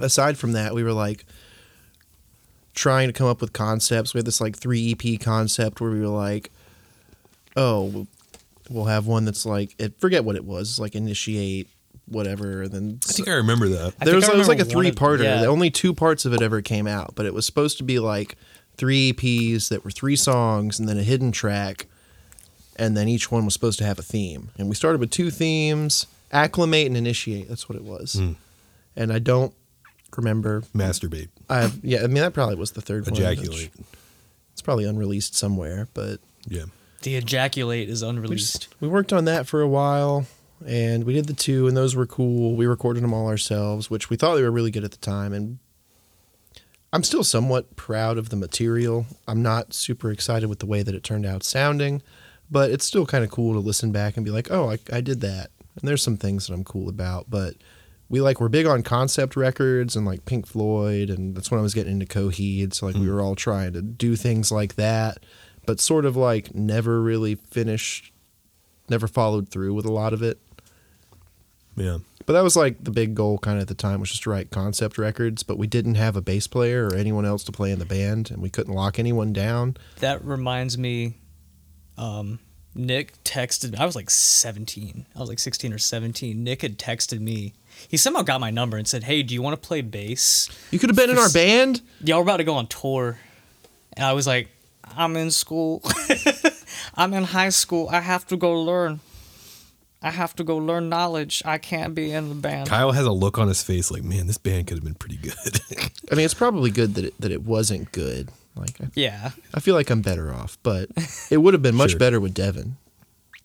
aside from that, we were like, trying to come up with concepts. We had this like three EP concept where we were like, oh, we'll- we'll have one that's like, it, forget what it was, it's like initiate whatever, and then. I think I remember that. I there think was, I it was like a remember one three of- parter. yeah. Only two parts of it ever came out, but it was supposed to be like three EPs that were three songs and then a hidden track. And then each one was supposed to have a theme. And we started with two themes acclimate and initiate. That's what it was. And I don't remember Masturbate, I yeah, I mean that probably was the third one. ejaculate. which- It's probably unreleased somewhere, but Yeah. The ejaculate is we just unreleased. we worked on that for a while and we did the two and those were cool. We recorded them all ourselves, which we thought they were really good at the time and I'm still somewhat proud of the material. I'm not super excited with the way that it turned out sounding, but it's still kind of cool to listen back and be like, "Oh, I, I did that." And there's some things that I'm cool about, but we like we're big on concept records and like Pink Floyd, and that's when I was getting into Coheed. So like we were all trying to do things like that, but sort of like never really finished, never followed through with a lot of it. Yeah. But that was like the big goal kind of at the time was just to write concept records, but we didn't have a bass player or anyone else to play in the band and we couldn't lock anyone down. That reminds me, um, Nick texted. I was like 17. I was like 16 or 17. Nick had texted me. He somehow got my number and said, "Hey, do you want to play bass? You could have been in our band. Y'all were about to go on tour." And I was like, "I'm in school. I'm in high school. I have to go learn. I have to go learn knowledge. I can't be in the band." Kyle has a look on his face like, man, this band could have been pretty good. I mean, it's probably good that it, that it wasn't good. Like I, yeah, I feel like I'm better off, but it would have been much Sure. better with Devin.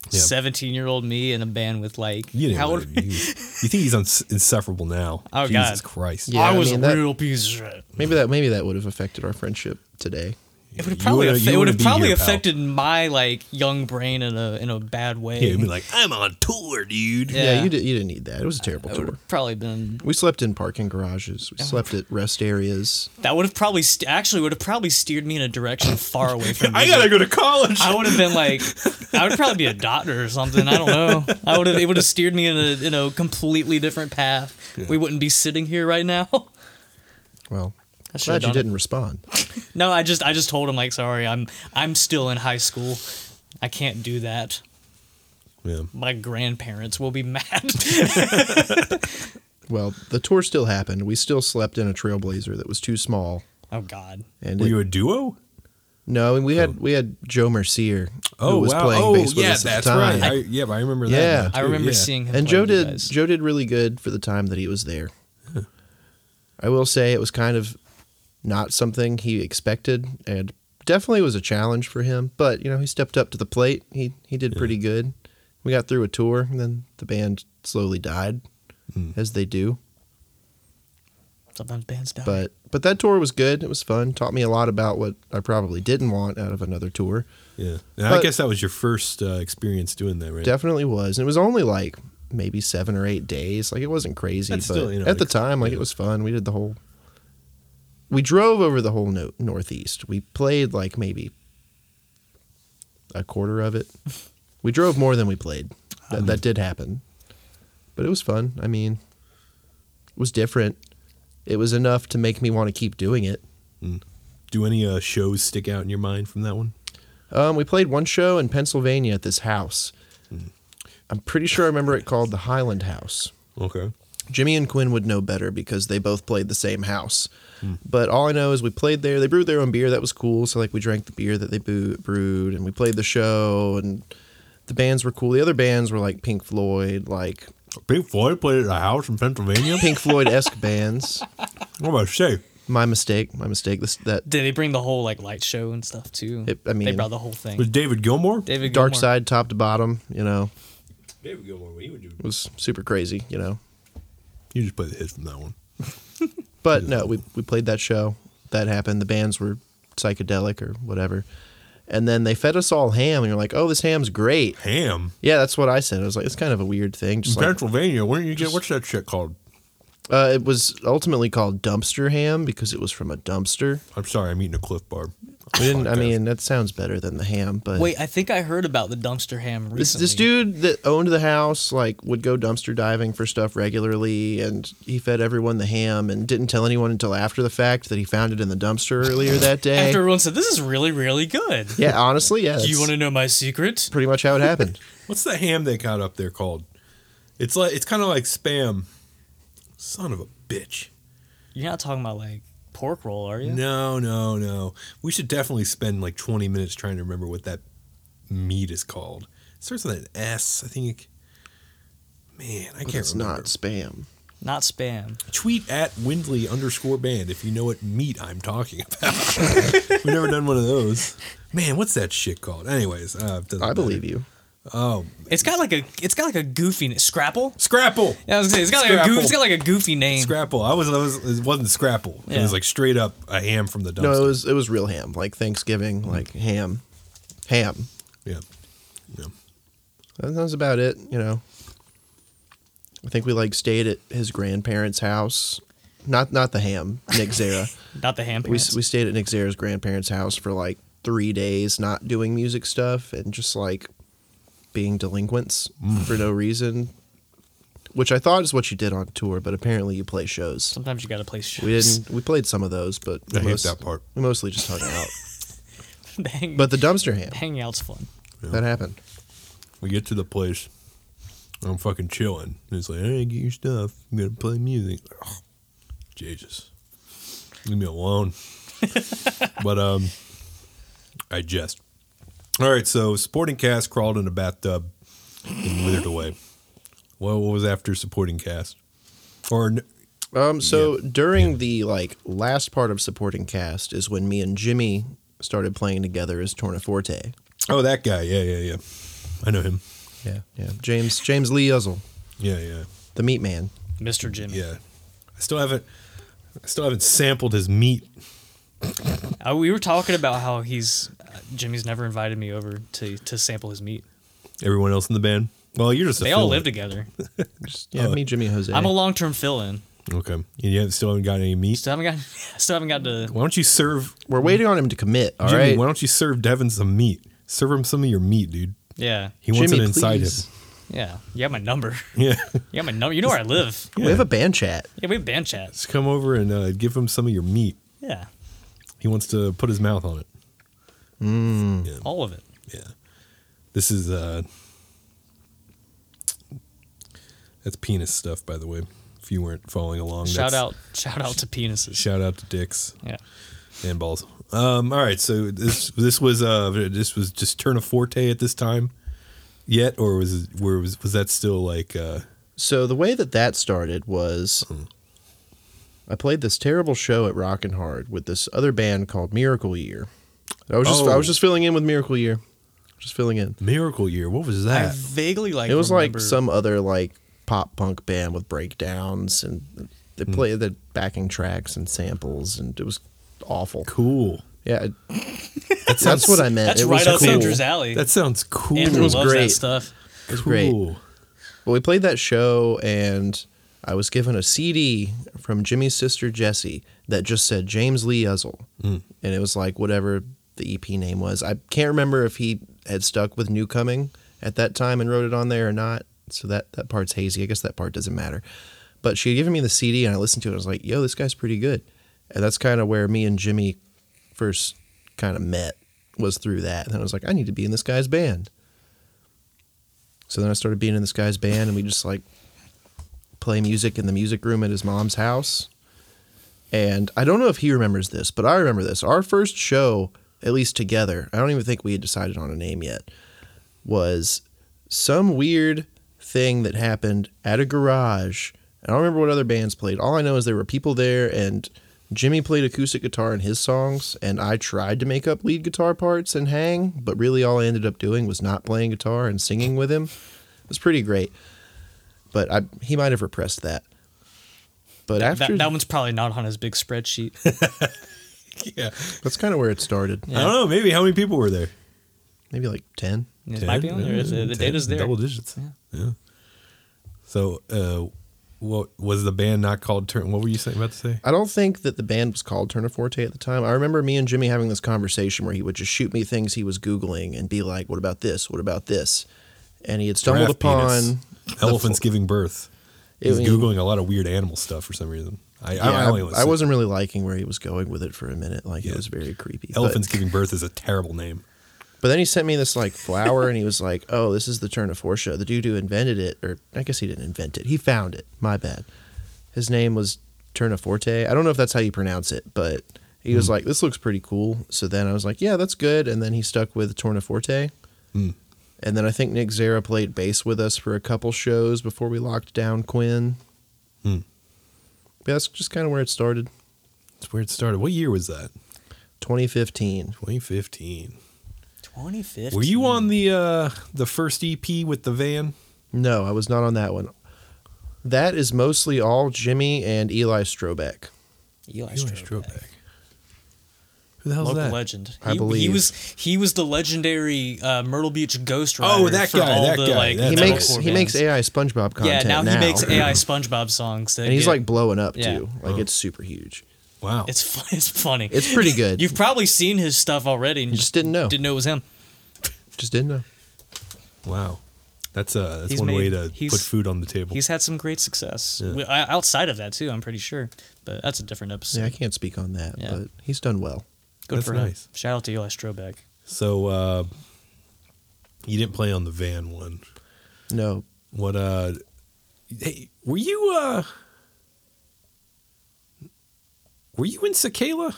17 year old me in a band with like you know, how old? you, you think he's uns- insufferable now? Oh, Jesus God. Christ! Yeah, I I was mean, a that- real piece of shit. Maybe that maybe that would have affected our friendship today. It would have You probably wanna- aff- you it would wanna have be probably here, pal. affected my like young brain in a in a bad way. Yeah, he'd be like, I'm on tour, dude. Yeah, Yeah. you did, you didn't need that. It was a terrible That Oh. would tour. have probably been We slept in parking garages. We slept at rest areas. that would have probably st- actually would have probably steered me in a direction far away from. I music. gotta go to college. I would have been like, I would probably be a doctor or something. I don't know. I would have it would have steered me in a you know completely different path. We wouldn't be sitting here right now. Well, I should have glad you done it. didn't respond. No, I just I just told him like, sorry, I'm I'm still in high school. I can't do that. yeah. My grandparents will be mad. Well, the tour still happened. We still slept in a Trailblazer that was too small. oh God. And Were it- you a duo? no, and we had we had Joe Mercier who was playing Oh, bass with yeah, us at that's the time. right. I, yeah, but I remember that. Yeah. now, I too, remember yeah. seeing him. and play Joe with you did guys. Joe did really good for the time that he was there. I will say it was kind of not something he expected, and definitely was a challenge for him. But you know, he stepped up to the plate. He he did pretty good. We got through a tour, and then the band slowly died, Hmm. as they do. Sometimes bands die. But but that tour was good. It was fun. Taught me a lot about what I probably didn't want out of another tour. Yeah, and I But- guess that was your first uh, experience doing that, right? Definitely was. And it was only like maybe seven or eight days. Like it wasn't crazy, That's but still, you know, at the ex- time, like yeah. it was fun. We did the whole. We drove over the whole no- Northeast. We played like maybe a quarter of it. We drove more than we played. Mm-hmm. That, that did happen, but it was fun. I mean, it was different. It was enough to make me want to keep doing it. Do any uh, shows stick out in your mind from that one? Um, we played one show in Pennsylvania at this house. I'm pretty sure I remember it called the Highland House. Okay. Jimmy and Quinn would know better because they both played the same house. But all I know is we played there. They brewed their own beer. That was cool. So, like, we drank the beer that they brew- brewed and we played the show. And the bands were cool. The other bands were like Pink Floyd, like Pink Floyd played at a house in Pennsylvania. Pink Floyd esque bands. What about say? My mistake. My mistake. This that Did they bring the whole like light show and stuff too? It- I they mean- brought the whole thing. Was David Gilmore? David dark Gilmour. side, top to bottom. You know, David Gilmore, he would do. was super crazy. You know, You just play the hits from that one. But no, we, we played that show. That happened. The bands were psychedelic or whatever. And then they fed us all ham, and you're like, oh, this ham's great. Ham. Yeah, that's what I said. I was like, it's kind of a weird thing. Just like, Pennsylvania. Why don't you get what's that shit called? uh, it was ultimately called dumpster ham because it was from a dumpster. I'm sorry, I'm eating a Cliff Bar. We didn't, I mean, that sounds better than the ham, but Wait, I think I heard about the dumpster ham recently. this, this dude that owned the house like would go dumpster diving for stuff regularly, and he fed everyone the ham and didn't tell anyone until after the fact that he found it in the dumpster earlier that day. After everyone said this is really really good. yeah, honestly, yeah. Do you eh. that's want to know my secret? pretty much how it happened. What's the ham they got up there called? It's like it's kind of like spam. Son of a bitch. You're not talking about like pork roll, are you? No, no, no. We should definitely spend like 20 minutes trying to remember what that meat is called. It starts with an S, I think. Man, I can't it's remember. not spam. Not spam. Tweet at Windley underscore band if you know what meat I'm talking about. We've never done one of those. Man, what's that shit called? Anyways, uh, doesn't I matter. believe you. It's got like a it's got like a goofy Scrapple. Scrapple. Yeah, I was gonna say it's got like a Scrapple. goof, it's got like a goofy name. Scrapple. I was, I was. It wasn't Scrapple. It Yeah. was like straight up a ham from the dumpster. Mm. No, it was it was real ham, like Thanksgiving, like ham, ham. yeah, yeah. That was about it, you know. I think we like stayed at his grandparents' house, not not the ham, Nick Zara. Not the ham we pants. we stayed at Nick Zara's grandparents' house for like three days, not doing music stuff and just like being delinquents Mm. for no reason, which I thought is what you did on tour, but apparently you play shows. Sometimes you gotta play shows. We didn't. We played some of those, but I hate that part. We mostly just hung out. The hang, But the dumpster ham the hangout's fun. that happened. We get to the place. I'm fucking chilling. And it's like, hey, get your stuff. I'm gonna play music. Ugh. Jesus, leave me alone. but um, I jest. All right, so supporting cast crawled in a bathtub and withered away. Well, what was after supporting cast? Or n- Um, so during the like last part of supporting cast is when me and Jimmy started playing together as Tornaforte. oh, that guy. Yeah, yeah, yeah. I know him. Yeah, yeah. James James Lee Uzzle, Yeah, yeah. the Meat Man. Mr. Jimmy. Yeah. I still haven't I still haven't sampled his meat. Uh, we were talking about how he's uh, Jimmy's never invited me over to to sample his meat. Everyone else in the band? Well, you're just a They all fill-in. live together. Just, uh, yeah, me, Jimmy, Jose. I'm a long term fill in. Okay. And you haven't- still haven't got any meat? Still haven't got still haven't got to Why don't you serve We're waiting on him to commit. All right, Jimmy, why don't you serve Devin some meat? Serve him some of your meat, dude. yeah He wants Jimmy, it inside please. yeah. You have my number. him. Yeah. You have my number. You know where I live. We have a band chat. Yeah, we have band chat. Just come over and uh, give him some of your meat. Yeah, He wants to put his mouth on it. all of it. Yeah. This is uh That's penis stuff, by the way. If you weren't following along, Shout that's- out shout out to penises. Shout out to dicks. yeah. and balls. Um, all right, so this this was uh this was just Turna Forte at this time, yet or was it- where was was that still like uh So the way that that started was Hmm. I played this terrible show at Rockin' Hard with this other band called Miracle Year. I was just I was Oh. just filling in with Miracle Year. Just filling in. Miracle Year? What was I that? vaguely like It was remember- like some other like pop punk band with breakdowns and they Hmm. played the backing tracks and samples and it was awful. cool. Yeah, it- sounds- that's what I meant. That's it right was up cool. Andrew's alley. That sounds cool. Andrew was loves that great. stuff. It was great. cool. But we played that show, and I was given a CD from Jimmy's sister Jessie that just said James Lee Uzzle, and it was like whatever the EP name was. I can't remember if he had stuck with New Coming at that time and wrote it on there or not. So that that part's hazy. I guess that part doesn't matter. But she had given me the CD, and I listened to it. and I was like, "Yo, this guy's pretty good," and that's kind of where me and Jimmy first kind of met was through that. And then I was like, "I need to be in this guy's band." So then I started being in this guy's band, and we just like play music in the music room at his mom's house. And I don't know if he remembers this, but I remember this. Our first show, at least together, I don't even think we had decided on a name yet, was some weird thing that happened at a garage. I don't remember what other bands played. All I know is there were people there, and Jimmy played acoustic guitar in his songs, and I tried to make up lead guitar parts and hang, but really all I ended up doing was not playing guitar and singing with him. It was pretty great, but I, he might have repressed that. But after That, that one's probably not on his big spreadsheet. Yeah. that's kind of where it started. I don't know. Maybe how many people were there? Maybe like ten. It might be on there. Is it- The data's there. Double digits. Yeah. So, uh, what was the band not called Turn? What were you saying, about to say? I don't think that the band was called Turner Forte at the time. I remember me and Jimmy having this conversation where he would just shoot me things he was Googling and be like, What about this? What about this? And he had stumbled Giraffe upon penis. elephants giving birth. He was It- googling a lot of weird animal stuff for some reason. I, Yeah, I, I, only I wasn't really liking where he was going with it for a minute. Like it was very creepy. but- Elephants giving birth is a terrible name. But then he sent me this like flower, and he was like, "Oh, this is the Tournefortia. The dude who invented it, or I guess he didn't invent it. He found it. My bad. His name was Tourneforte. I don't know if that's how you pronounce it, but he was like, "This looks pretty cool." So then I was like, "Yeah, that's good." And then he stuck with Tourneforte. And then I think Nick Zara played bass with us for a couple shows before we locked down Quinn. But that's just kind of where it started. That's where it started. What year was that? 2015. 2015. 2015. Were you on the uh, the first EP with the van? No, I was not on that one. That is mostly all Jimmy and Eli Strobeck. Eli Eli Strobeck. Strobeck. Who the hell's Local that? legend. I he, he believe. was he was the legendary uh, Myrtle Beach Ghost Rider. Oh, that for guy, all that the, guy, Like, that He That's makes metalcore cool. he bands. makes AI SpongeBob content. yeah. Now, he makes AI SpongeBob songs. that and he's get- like blowing up Yeah. Uh-huh. too. Like it's super huge. Wow. it's fu- it's funny. It's pretty good. You've probably seen his stuff already and You just didn't know. Didn't know it was him. Just didn't know. wow. That's uh that's He's one way made- to he's- put food on the table. He's had some great success W- o- outside of that too. I'm pretty sure, but that's a different episode. Yeah, I can't speak on that, Yeah. but he's done well. Good That's for him. nice. Shout out to Eli Strobeck. So uh you didn't play on the van one. No, What uh hey, were you uh were you in Cicala?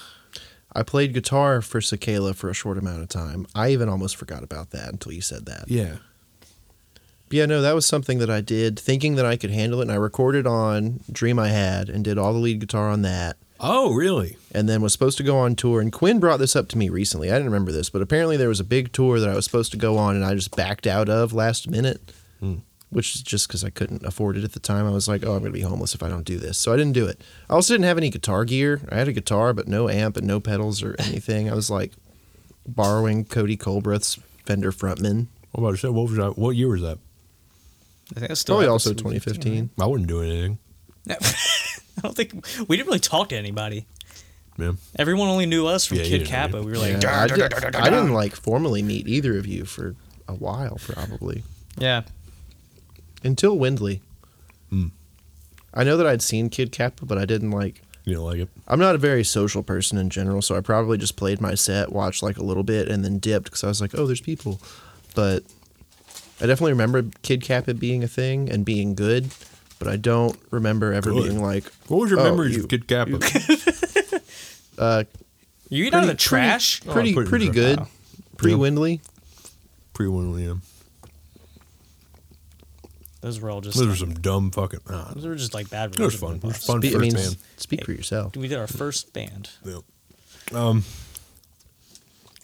I played guitar for Cicala for a short amount of time. I even almost forgot about that until you said that. Yeah. Yeah, no, that was something that I did thinking that I could handle it, and I recorded on Dream I Had and did all the lead guitar on that. Oh, really? and then was supposed to go on tour. And Quinn brought this up to me recently. I didn't remember this, but apparently there was a big tour that I was supposed to go on, and I just backed out of last minute, which is just because I couldn't afford it at the time. I was like, oh, I'm going to be homeless if I don't do this. So I didn't do it. I also didn't have any guitar gear. I had a guitar, but no amp and no pedals or anything. I was like borrowing Cody Colbreth's Fender Frontman. What about yourself? What was that? What year was that? I think that's still Probably out also this week. 2015. I wasn't doing anything. I don't think we didn't really talk to anybody. Yeah. Everyone only knew us from Yeah, you Kid didn't Kappa. really- We were like, Yeah, I, did, I didn't like formally meet either of you for a while, probably. yeah. until Windley. Hmm. I know that I'd seen Kid Kappa, but I didn't like. You didn't like it. I'm not a very social person in general, so I probably just played my set, watched like a little bit, and then dipped because I was like, "Oh, there's people," but I definitely remember Kid Kappa being a thing and being good, but I don't remember ever Good. being like, What was your "Oh, memories you- of Kid Kappa? You eat out of the Pretty- trash? Oh, Pretty pretty pretty good. good, Wow. pre Yeah. Windley. Pre one yeah. Those were all just Those were some dumb fucking. ah, those were just like bad. it was fun. It was fun Be- first I mean, band. speak for yourself. We did our first band. Yeah. Um,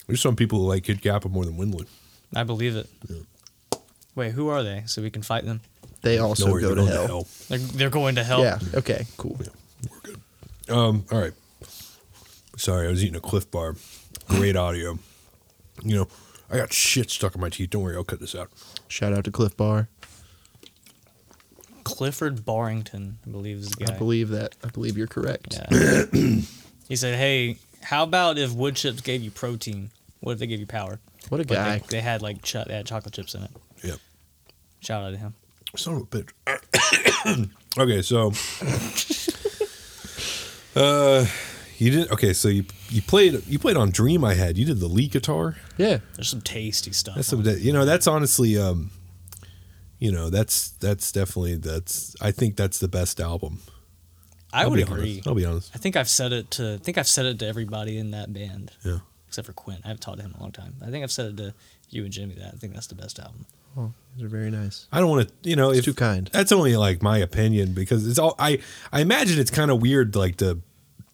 there's some people who like Kid Kappa more than Windley. I believe it. Wait, who are they? So we can fight them. They also No worries, go they're to going hell. They're, they're going to hell. Yeah. Okay. Cool. Um, all right. Sorry, I was eating a Cliff Bar. Great audio. You know, I got shit stuck in my teeth. Don't worry, I'll cut this out. Shout out to Cliff Bar. Clifford Barrington, I believe, is the guy. I believe that. I believe you're correct. Yeah. he said, "Hey, how about if wood chips gave you protein? What if they gave you power? What a But guy. They, they had like ch- they had chocolate chips in it. Yeah. Shout out to him. Son of a bitch. okay, so. uh, you did okay. So you you played you played on Dream I Had. You did the lead guitar. Yeah. There's some tasty stuff. That's on some, you know that's honestly um, you know that's that's definitely that's I think that's the best album. it. I I'll would be agree. Honest. I'll be honest. I think I've said it to I think I've said it to everybody in that band Yeah. except for Quinn. I haven't talked to him in a long time. I think I've said it to you and Jimmy that I think that's the best album. Oh, these are very nice. I don't want to, you know, It's if- too kind. That's only like my opinion because it's all I. I imagine it's kind of weird, like to,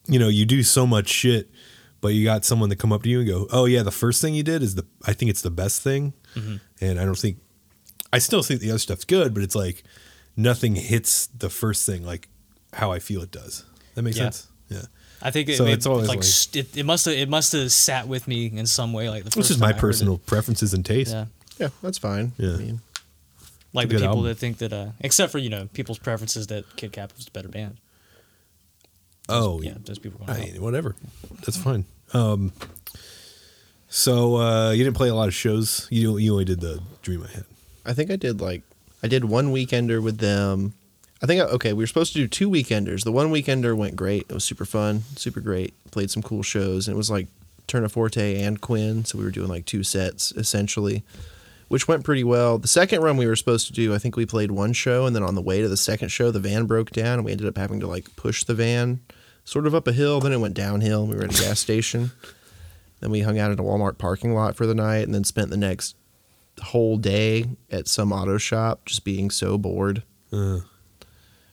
you know, you do so much shit, but you got someone to come up to you and go, "Oh yeah, the first thing you did is the. I think it's the best thing, Mm-hmm. and I don't think, I still think the other stuff's good, but it's like nothing hits the first thing like how I feel it does. That makes Yeah. sense. Yeah, I think it, So may- it's always like, like- st- it, it must have it must have sat with me in some way like the first which is my time I heard it. personal preferences and taste. yeah Yeah, that's fine. Yeah. I mean, like It's a the good people album. that think that uh except for you know people's preferences that Kid Capital's a better band Oh yeah those people I going, mean, whatever. That's fine. Um, so uh, you didn't play a lot of shows. You you only did the Dream I Had. I think I did like I did one weekender with them. I think I, okay, we were supposed to do two weekenders. The one weekender went great. It was super fun, super great. Played some cool shows, and it was like Turna Forte and Quinn, so we were doing like two sets essentially, which went pretty well. The second run we were supposed to do, I think we played one show, and then on the way to the second show, the van broke down, and we ended up having to like push the van sort of up a hill. Then it went downhill. And we were at a gas station. Then we hung out at a Walmart parking lot for the night, and then spent the next whole day at some auto shop just being so bored.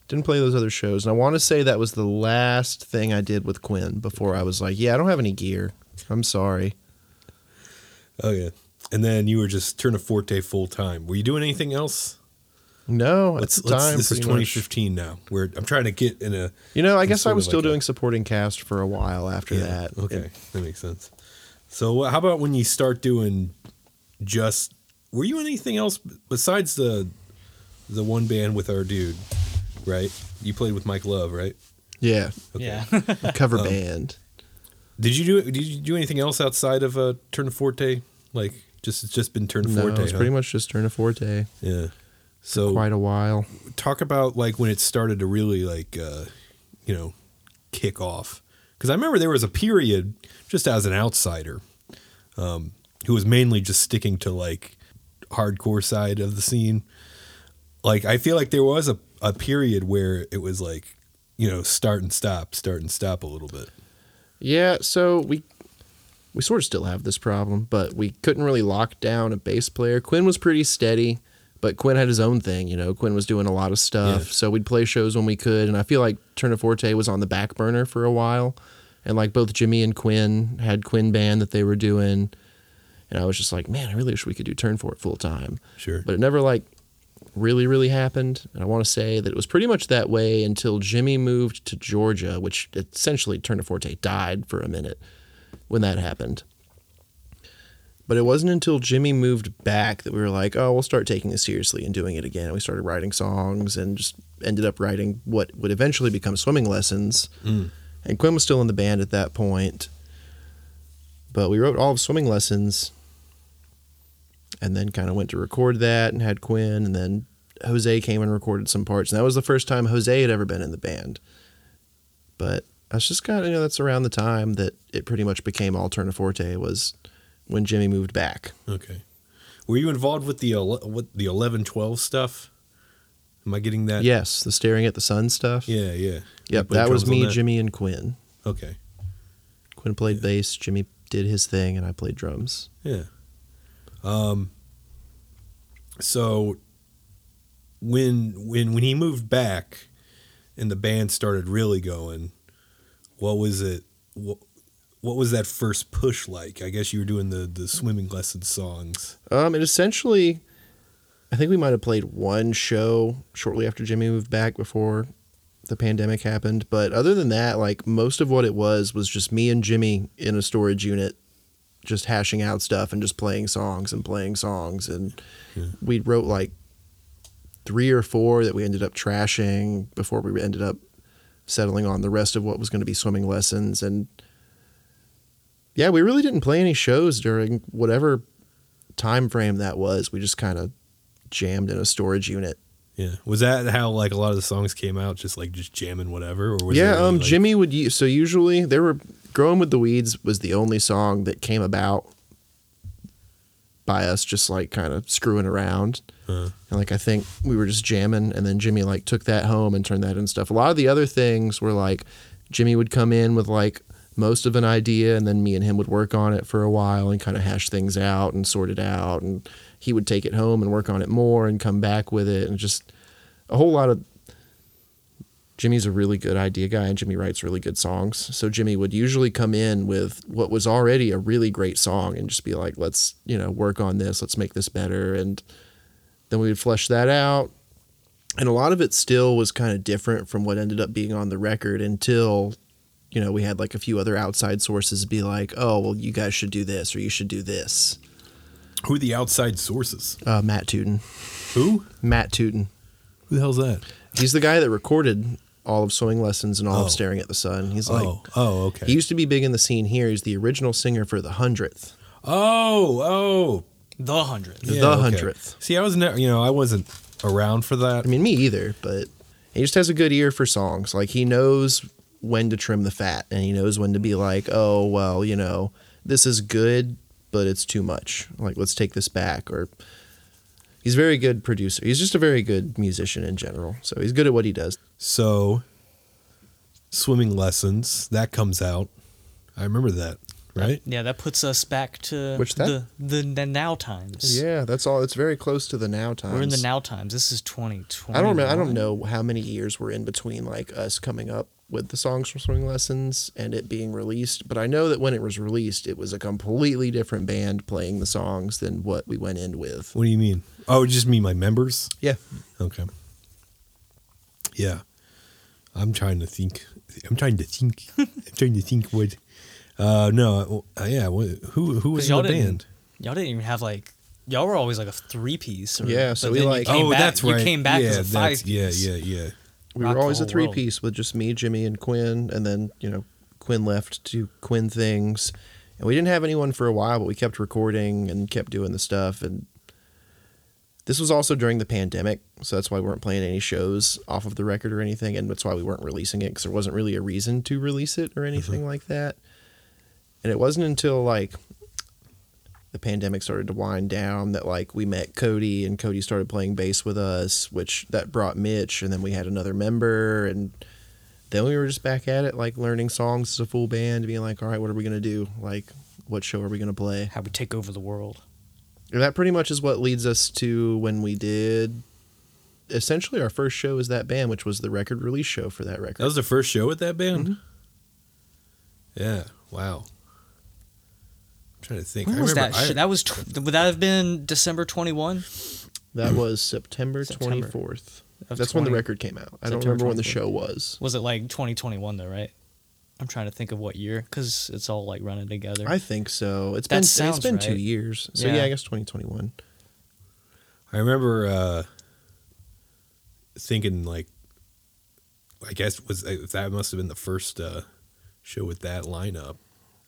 Didn't play those other shows. And I want to say that was the last thing I did with Quinn before I was like, yeah, I don't have any gear. I'm sorry. Oh yeah. And then you were just Turn a Forte full time. Were you doing anything else? No, Let's, at the let's- time, this is pretty much. 2015 now. Where I'm trying to get in a. You know, I It's guess I sort was of still like a- doing supporting cast for a while after that. Okay, It- that makes sense. So uh, how about when you start doing just? Were you in anything else b- besides the the one band with our dude? Right, you played with Mike Love, right? yeah, yeah a cover Um, band. Did you do? Did you do anything else outside of uh, Turn Forte? Like just it's just been Turn No, Forte. it's huh? Oh. pretty much just Turn a Forte. yeah. So Quite a while. talk about like when it started to really like uh, you know kick off because I remember there was a period just as an outsider um, who was mainly just sticking to like hardcore side of the scene. Like I feel like there was a, a period where it was like you know start and stop, start and stop a little bit. Yeah, so we we sort of still have this problem, but we couldn't really lock down a bass player. Quinn was pretty steady, but Quinn had his own thing, you know. Quinn was doing a lot of stuff, Yeah. so we'd play shows when we could, and I feel like Turner Forte was on the back burner for a while. And like both Jimmy and Quinn had Quinn band that they were doing, and I was just like, man, I really wish we could do Turn for it full time. Sure. But it never like really, really happened. And I want to say that it was pretty much that way until Jimmy moved to Georgia, which essentially Turnaforte died for a minute when that happened. But it wasn't until Jimmy moved back that we were like, oh, we'll start taking this seriously and doing it again. And we started writing songs and just ended up writing what would eventually become swimming lessons. And Quinn was still in the band at that point. But we wrote all of swimming lessons and then kind of went to record that and had Quinn and then Jose came and recorded some parts and that was the first time Jose had ever been in the band. But I was just kind of you know that's around the time that it pretty much became all Turna Forte was when Jimmy moved back. Okay. Were you involved with the ele- what the eleven twelve stuff? Am I getting that? Yes, the staring at the sun stuff. Yeah. Yeah. You Yep, played that was drums on me, that? Jimmy, and Quinn. Okay. Quinn played bass, Jimmy did his thing, and I played drums. Yeah. Um. So when when when he moved back, and the band started really going, what was it? What, what was that first push like? I guess you were doing the the swimming lesson songs. Um, and essentially, I think we might have played one show shortly after Jimmy moved back before the pandemic happened. But other than that, like most of what it was was just me and Jimmy in a storage unit, just hashing out stuff and just playing songs and playing songs. And we wrote like three or four that we ended up trashing before we ended up settling on the rest of what was going to be swimming lessons. And yeah, we really didn't play any shows during whatever time frame that was. We just kind of jammed in a storage unit. Yeah. Was that how like a lot of the songs came out? Just like just jamming whatever. Or was yeah, there any, um, like- Jimmy would use, so usually there were "Growing with the Weeds" was the only song that came about by us just like kind of screwing around. Uh, And like I think we were just jamming, and then Jimmy like took that home and turned that and stuff. A lot of the other things were like Jimmy would come in with like most of an idea, and then me and him would work on it for a while and kind of hash things out and sort it out. And he would take it home and work on it more and come back with it and just a whole lot of. Jimmy's a really good idea guy and Jimmy writes really good songs. So Jimmy would usually come in with what was already a really great song and just be like, let's, you know, work on this, let's make this better. And then we would flesh that out and a lot of it still was kind of different from what ended up being on the record until you know we had like a few other outside sources be like oh well you guys should do this or you should do this Who are the outside sources? uh, matt tootin Who? matt tootin Who the hell's that? he's the guy that recorded all of swimming lessons and all Oh. of staring at the sun he's like Oh, oh, okay. he used to be big in the scene here he's the original singer for the hundredth oh, oh, The hundredth. yeah, The okay. 100th. See, I was never, you know, I wasn't around for that. I mean, me either, but he just has a good ear for songs. Like, he knows when to trim the fat and he knows when to be like, oh, well, you know, this is good, but it's too much. Like, let's take this back. Or he's a very good producer. He's just a very good musician in general. So he's good at what he does. So, swimming lessons that comes out. I remember that, right? Yeah, that puts us back to Which the, that- the the now times. Yeah, that's all. It's very close to the now times. We're in the now times. This is 2020. I don't remember, I don't know how many years were in between like us coming up with the songs from Swimming Lessons and it being released, but I know that when it was released, it was a completely different band playing the songs than what we went in with. What do you mean? Oh, you just mean my members? Yeah, Okay. Yeah, I'm trying to think. I'm trying to think. I'm trying to think what. Uh, no, uh, yeah. What, who who was 'Cause in y'all the didn't- band? Y'all didn't even have like y'all were always like a three piece. Yeah, so we, like- Oh, that's right. You came back yeah, as a that's- five Yeah, piece. yeah, yeah. we Rock were the always a whole world. three piece with just me, Jimmy, and Quinn, and then you know Quinn left to Quinn things, and we didn't have anyone for a while, but we kept recording and kept doing the stuff, and this was also during the pandemic, so that's why we weren't playing any shows off of the record or anything, and that's why we weren't releasing it because there wasn't really a reason to release it Mm-hmm. or anything like that. And it wasn't until like the pandemic started to wind down that like we met Cody and Cody started playing bass with us, which that brought Mitch, and then we had another member, and then we were just back at it, like learning songs as a full band, being like, all right, what are we gonna do? Like, what show are we gonna play? How we take over the world. That pretty much is what leads us to when we did essentially our first show is that band, which was the record release show for that record. That was the first show with that band. Mm-hmm. Yeah. Wow. I'm trying to think. When I was remember, that? shit? that was tw- would that have been December 21? that was September September twenty fourth. of That's when the 20 record came out. I don't September remember when the 24th. show was. Was it like 2021 though? Right. I'm trying to think of what year because it's all like running together. I think so. It's That been sounds it's been two right. years. So Yeah. yeah, I guess twenty twenty one. I remember uh, thinking like, I guess was uh, that must have been the first uh, show with that lineup.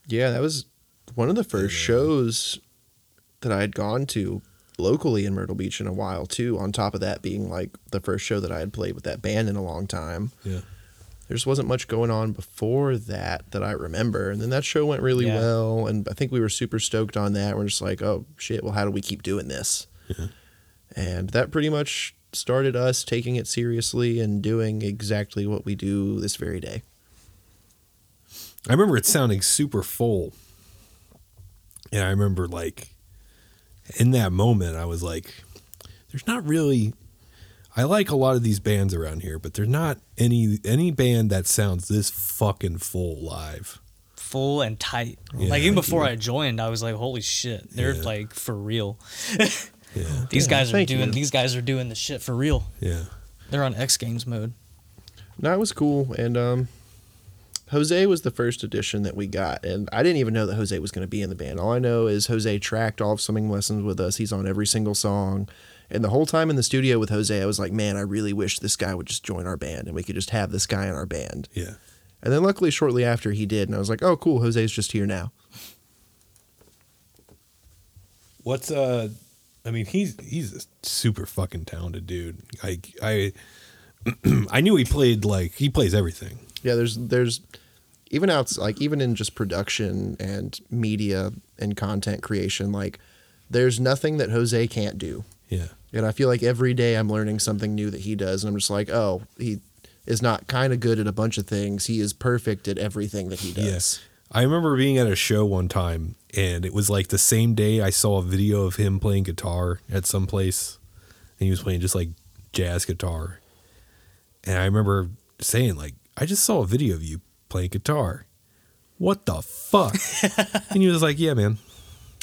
Yeah, that was one of the first shows that I had gone to locally in Myrtle Beach in a while too. On top of that being like the first show that I had played with that band in a long time. Yeah. there just wasn't much going on before that that I remember. And then that show went really Yeah. well, and I think we were super stoked on that. We're just like, oh shit, well, how do we keep doing this? And that pretty much started us taking it seriously and doing exactly what we do this very day. I remember it sounding super full. And I remember like in that moment I was like there's not really I like a lot of these bands around here, but there's not any any band that sounds this fucking full live. Full and tight. Yeah, like even thank before you. I joined, I was like, holy shit, they're Yeah. like for real. Yeah. These Yeah, guys are thank doing you. these guys are doing the shit for real. Yeah. They're on X Games mode. No, it was cool. And um, Jose was the first edition that we got. And I didn't even know that Jose was going to be in the band. All I know is Jose tracked all of Swimming Lessons with us. He's on every single song. And the whole time in the studio with Jose, I was like, man, I really wish this guy would just join our band and we could just have this guy in our band. Yeah. And then luckily, shortly after, he did. And I was like, oh, cool. Jose's just here now. What's uh I mean he's he's a super fucking talented dude. Like I I knew he played like he plays everything. Yeah, there's there's even outs like even in just production and media and content creation, like there's nothing that Jose can't do. Yeah. And I feel like every day I'm learning something new that he does. And I'm just like, oh, he is not kind of good at a bunch of things. He is perfect at everything that he does. Yes. I remember being at a show one time, and it was like the same day I saw a video of him playing guitar at some place, and he was playing just like jazz guitar. And I remember saying, like, I just saw a video of you playing guitar. What the fuck? and he was like, Yeah, man.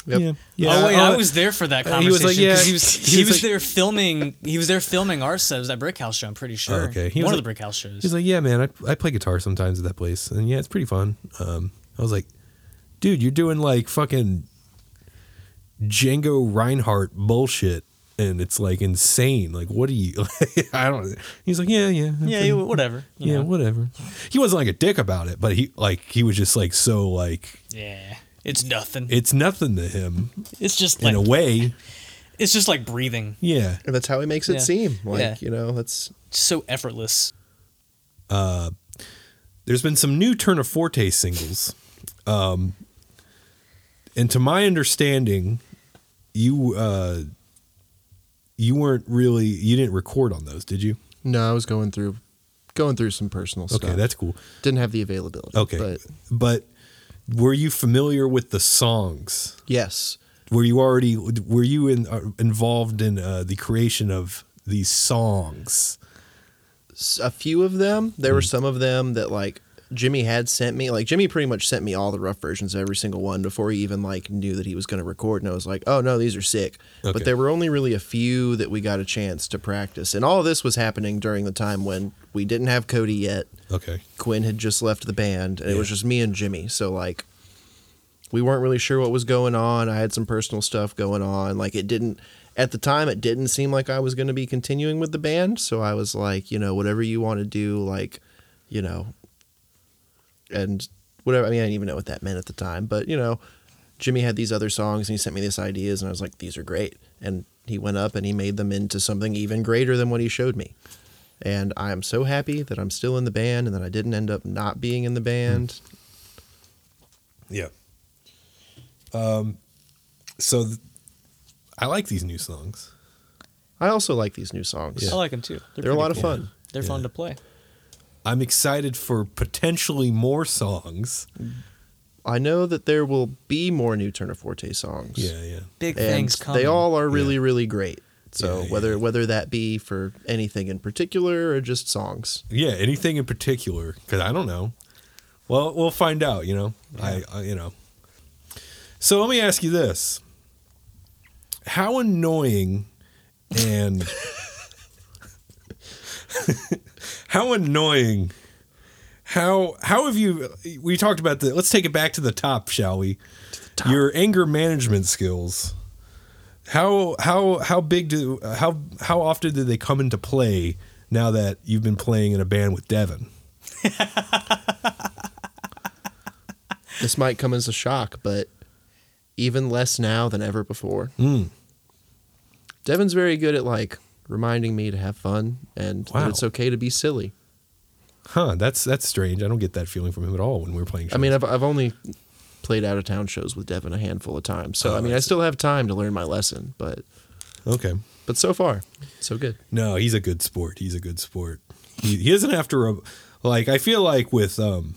Yep. Yeah, yeah. oh wait, I'll- I was there for that Uh, he was conversation. like, 'cause yeah, he was, he he was was like- there filming. He was there filming our shows that Brick House show. I'm pretty sure. okay. He was one like- of the Brick House shows. He's like, yeah, man, I, I play guitar sometimes at that place, and yeah, it's pretty fun. Um, I was like, dude, you're doing like fucking Django Reinhardt bullshit, and it's like insane. Like, what are you? I don't. He's like, yeah, yeah, yeah, okay, you- whatever. you yeah, know. whatever. He wasn't like a dick about it, but he like he was just like so like yeah. It's nothing. it's nothing to him it's just in like a way. it's just like breathing. Yeah. And that's how he makes it Yeah. seem. Like, Yeah. you know, that's It's so effortless. there's been some new Turna Forte singles. Um, and to my understanding, you uh, you weren't really you didn't record on those, did you? no, I was going through going through some personal stuff. Okay, that's cool. didn't have the availability. Okay. But But were you familiar with the songs? yes. Were you already were you in, uh, involved in uh, the creation of these songs? s- a few of them. There were some of them that like Jimmy had sent me. Like Jimmy pretty much sent me all the rough versions of every single one before he even like knew that he was going to record. And I was like, oh no, these are sick. Okay. But there were only really a few that we got a chance to practice. And all of this was happening during the time when we didn't have Cody yet. Okay. Quinn had just left the band, and it was just me and Jimmy. So like, we weren't really sure what was going on. I had some personal stuff going on. Like it didn't at the time. It didn't seem like I was going to be continuing with the band. So I was like, you know, whatever you want to do, like, you know, and whatever. I mean, I didn't even know what that meant at the time, but you know, Jimmy had these other songs, and he sent me these ideas, and I was like, these are great. And he went up and he made them into something even greater than what he showed me and I am so happy that I'm still in the band and that I didn't end up not being in the band. Yeah. Um, so th- I like these new songs. I also like these new songs. I like them too. They're, They're a pretty lot of cool. fun. They're fun to play. I'm excited for potentially more songs. I know that there will be more new Turner Forte songs. yeah. Big And things coming. they all are really, really great. So Yeah, whether yeah. whether that be for anything in particular or just songs. Yeah, anything in particular? Because I don't know. Well, we'll find out. You know, I, I, you know. So let me ask you this: How annoying and how annoying? How how have you? We talked about the. Let's take it back to the top, shall we? Your anger management skills. How how how big do how how often do they come into play now that you've been playing in a band with Devin? This might come as a shock, but even less now than ever before. Hmm. Devin's very good at like reminding me to have fun and Wow. that it's okay to be silly. Huh? That's that's strange. I don't get that feeling from him at all when we were playing. I mean, I've, I've only played out of town shows with Devin a handful of times, so I mean, I still have time to learn my lesson. But shows. okay. but so far, so good. No, he's a good sport. He's a good sport. He, he doesn't have to rub, like I feel like with um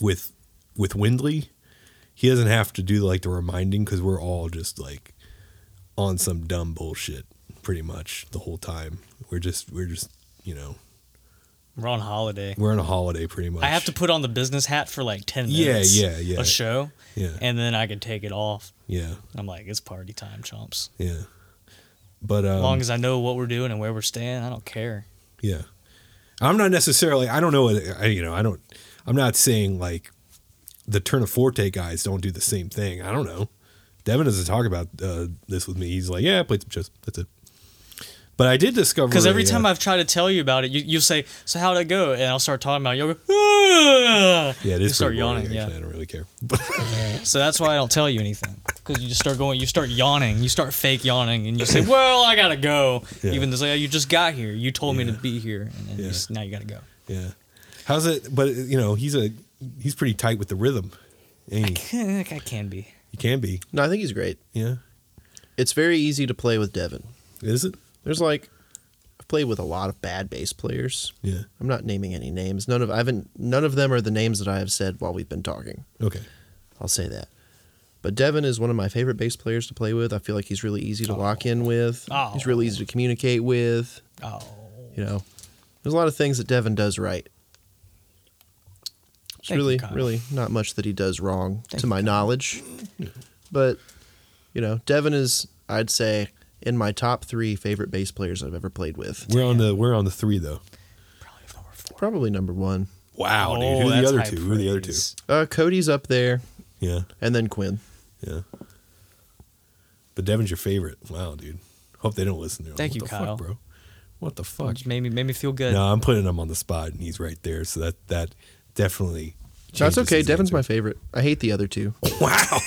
with with Windley, he doesn't have to do like the reminding because we're all just like on some dumb bullshit pretty much the whole time. We're just we're just you know We're on holiday. we're on a holiday pretty much. I have to put on the business hat for like ten Yeah, minutes. yeah, yeah. A show, yeah and then I can take it off. yeah I'm like, it's party time, chomps. yeah. But um, As long as I know what we're doing and where we're staying, I don't care. Yeah. I'm not necessarily, I don't know, I, you know, I don't, I'm not saying like the Turna Forte guys don't do the same thing. I don't know. Devin doesn't talk about uh, this with me. He's like, yeah, I played some shows. That's it. But I did discover. Because every a, time uh, I've tried to tell you about it, you, you say, "So how'd it go?" And I'll start talking about it. You'll go, "Ah!" yeah, it you is start pretty boring, yawning. Yeah. actually. I don't really care. So that's why I don't tell you anything. Because you just start going, you start yawning, you start fake yawning, and you say, "Well, I gotta go." Yeah. Even though it's like, you just got here, you told me to be here, and then you Yeah. s- now you gotta go. yeah. How's it? But you know, he's a, he's pretty tight with the rhythm. And he, I can be. he can be. No, I think he's great. Yeah. It's very easy to play with Devin. Is it? There's like I've played with a lot of bad bass players. Yeah. I'm not naming any names. None of I haven't none of them are the names that I have said while we've been talking. Okay. I'll say that. But Devin is one of my favorite bass players to play with. I feel like he's really easy to lock in with. Oh. He's really easy to communicate with. Oh, You know, there's a lot of things that Devin does right. It's Thank you, really, Kyle. really not much that he does wrong to my knowledge. But, you know, Devin is, I'd say, in my top three favorite bass players I've ever played with. We're on the we're on the three though. probably number four. Probably number one. Wow, dude. Oh, Who are the that's other high two? Who are the other two? praise. Uh, Cody's up there, Yeah. and then Quinn. Yeah. But Devin's your favorite. Wow, dude. Hope they don't listen to him. Thank what you, the Kyle. Fuck, bro. What the fuck? Which made me made me feel good. No, I'm putting him on the spot, and he's right there. So that that definitely. That's changes okay. his Devin's my answer. favorite. I hate the other two. Wow.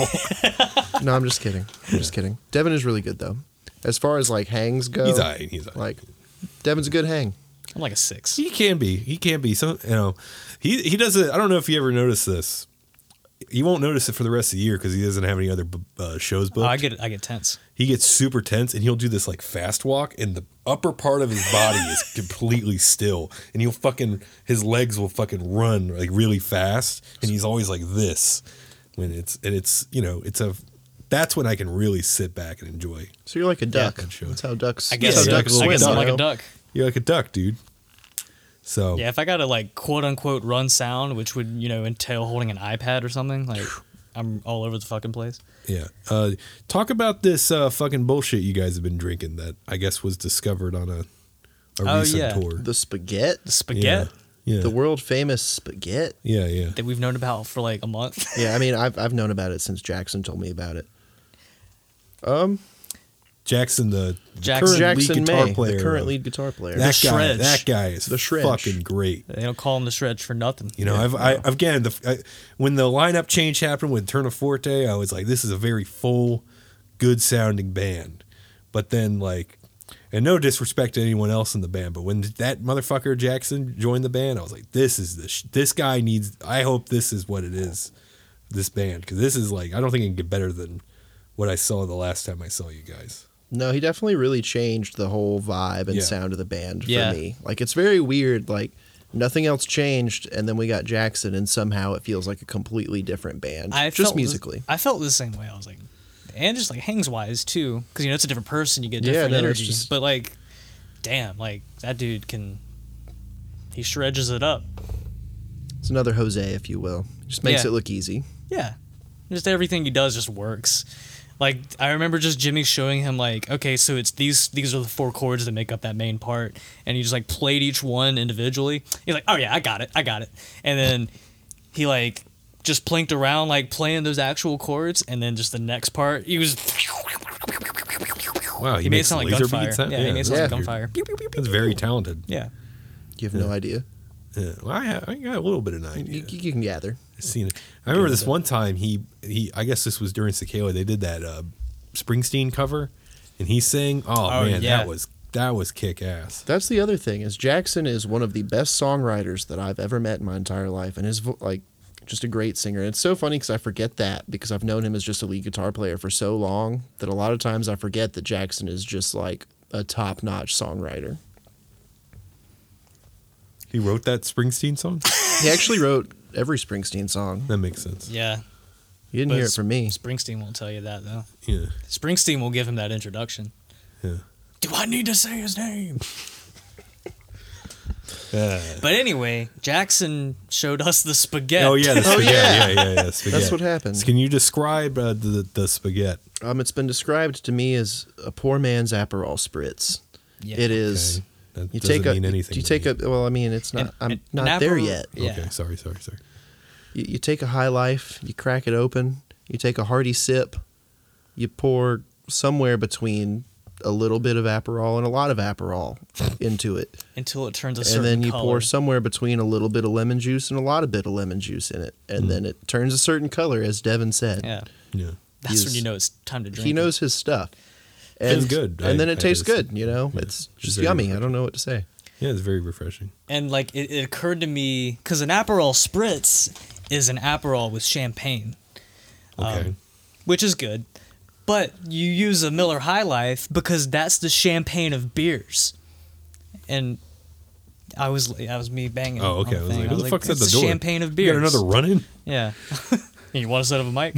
No, I'm just kidding. I'm just kidding. Devin is really good though. As far as like hangs go, He's alright. He's alright. like Devin's a good hang. I'm like a six. He can be. He can be. So you know, he he doesn't. I don't know if you ever noticed this. You won't notice it for the rest of the year because he doesn't have any other b- uh, shows Oh, booked. I get I get tense. he gets super tense and he'll do this like fast walk and the upper part of his body is completely still and he'll fucking his legs will fucking run like really fast and he's always like this when it's and it's you know it's a that's when I can really sit back and enjoy. So you're like a duck. I'm sure. That's how ducks. I guess that's how I yeah, ducks guess like a swim, I'm you like a know? duck. You're like a duck, dude. So Yeah, if I gotta like quote unquote run sound, which would you know entail holding an iPad or something, like I'm all over the fucking place. Yeah. Uh, talk about this uh, fucking bullshit you guys have been drinking that I guess was discovered on a, a Oh, recent yeah. tour. The spaghetti, The spaghetti yeah. Yeah. the world famous spaghetti. yeah. Yeah. that we've known about for like a month. Yeah, I mean, I've I've known about it since Jackson told me about it. Um, Jackson, the, the Jackson- current Jackson lead guitar May, player. uh, the current of- lead guitar player. that The guy, Shredge. That guy is The Shredge. fucking great. they don't call him the shredge for nothing. You know, I've, I, again, the, I, when the lineup change happened with Turna Forte, I was like, this is a very full, good sounding band. But then, like, and no disrespect to anyone else in the band, but when that motherfucker Jackson joined the band, I was like, this is the, sh- this guy needs, I hope this is what it is, this band. Cause this is like, I don't think it can get better than what I saw the last time I saw you guys. No, he definitely really changed the whole vibe and Yeah. sound of the band for Yeah. me. Like it's very weird. Like nothing else changed, and then we got Jackson, and somehow it feels like a completely different band. I just felt the- musically. I felt the same way. I was like, and just like hangs wise too, because you know it's a different person. You get Yeah, different no, it's energy. just- But like, damn, like that dude can. He shredges it up. It's another Jose, if you will. Just makes Yeah. it look easy. Yeah, just everything he does just works. Like I remember just Jimmy showing him like, okay, so it's these these are the four chords that make up that main part, and he just like played each one individually. He's like, oh yeah, I got it, I got it, and then he like just plinked around like playing those actual chords, and then just the next part he was. Wow. He, He made it makes sound like laser gunfire. beats, huh? Yeah, he made it sound like that's weird. gunfire. That's very talented. Yeah. You have no idea. Yeah, well, I, ha- I got a little bit of an idea. You, you can gather. I've seen it. I remember this one time he he. I guess this was during Cicala. They did that uh, Springsteen cover, and he sang. Oh, Oh, man, yeah. that was that was kick ass. That's the other thing is Jackson is one of the best songwriters that I've ever met in my entire life, and his vo- like just a great singer. And it's so funny because I forget that because I've known him as just a lead guitar player for so long that a lot of times I forget that Jackson is just like a top notch songwriter. He wrote that Springsteen song. He actually wrote every Springsteen song. that makes sense. Yeah. You didn't But hear it from me. Springsteen won't tell you that though. Yeah, Springsteen will give him that introduction. yeah. Do I need to say his name? Uh, But anyway, Jackson showed us the spaghetti. oh yeah, the spaghetti. yeah, yeah, yeah. yeah, spaghetti. what happened. Can you describe uh, the the spaghetti? Um, it's been described to me as a poor man's Aperol spritz. Yeah. it is. Okay. That You doesn't take a. mean anything. you to take me. a. Well, I mean, it's not. An- I'm an- not an there Aperol- yet. Yeah. Okay, sorry, sorry, sorry. You, you take a high life, you crack it open, you take a hearty sip, you pour somewhere between a little bit of Aperol and a lot of Aperol into it. Until it turns a certain and then you color. pour somewhere between a little bit of lemon juice and a lot of bit of lemon juice in it. And then it turns a certain color, as Devin said. Hmm. Yeah. Yeah. That's when He's- you know it's time to drink. He it. knows his stuff. It's And, good. And I- then it I tastes just- good, you know? yeah. It's just Very yummy. I don't know what to say. Yeah, it's very refreshing. And like it, it occurred to me because an Aperol spritz is an Aperol with champagne, Okay. which is good. But you use a Miller High Life because that's the champagne of beers. and I was I was me banging. Oh, on okay. the I was thing. like, who the fuck said "It's the door? Champagne of You beers. got another running? Yeah. you want to set up a mic?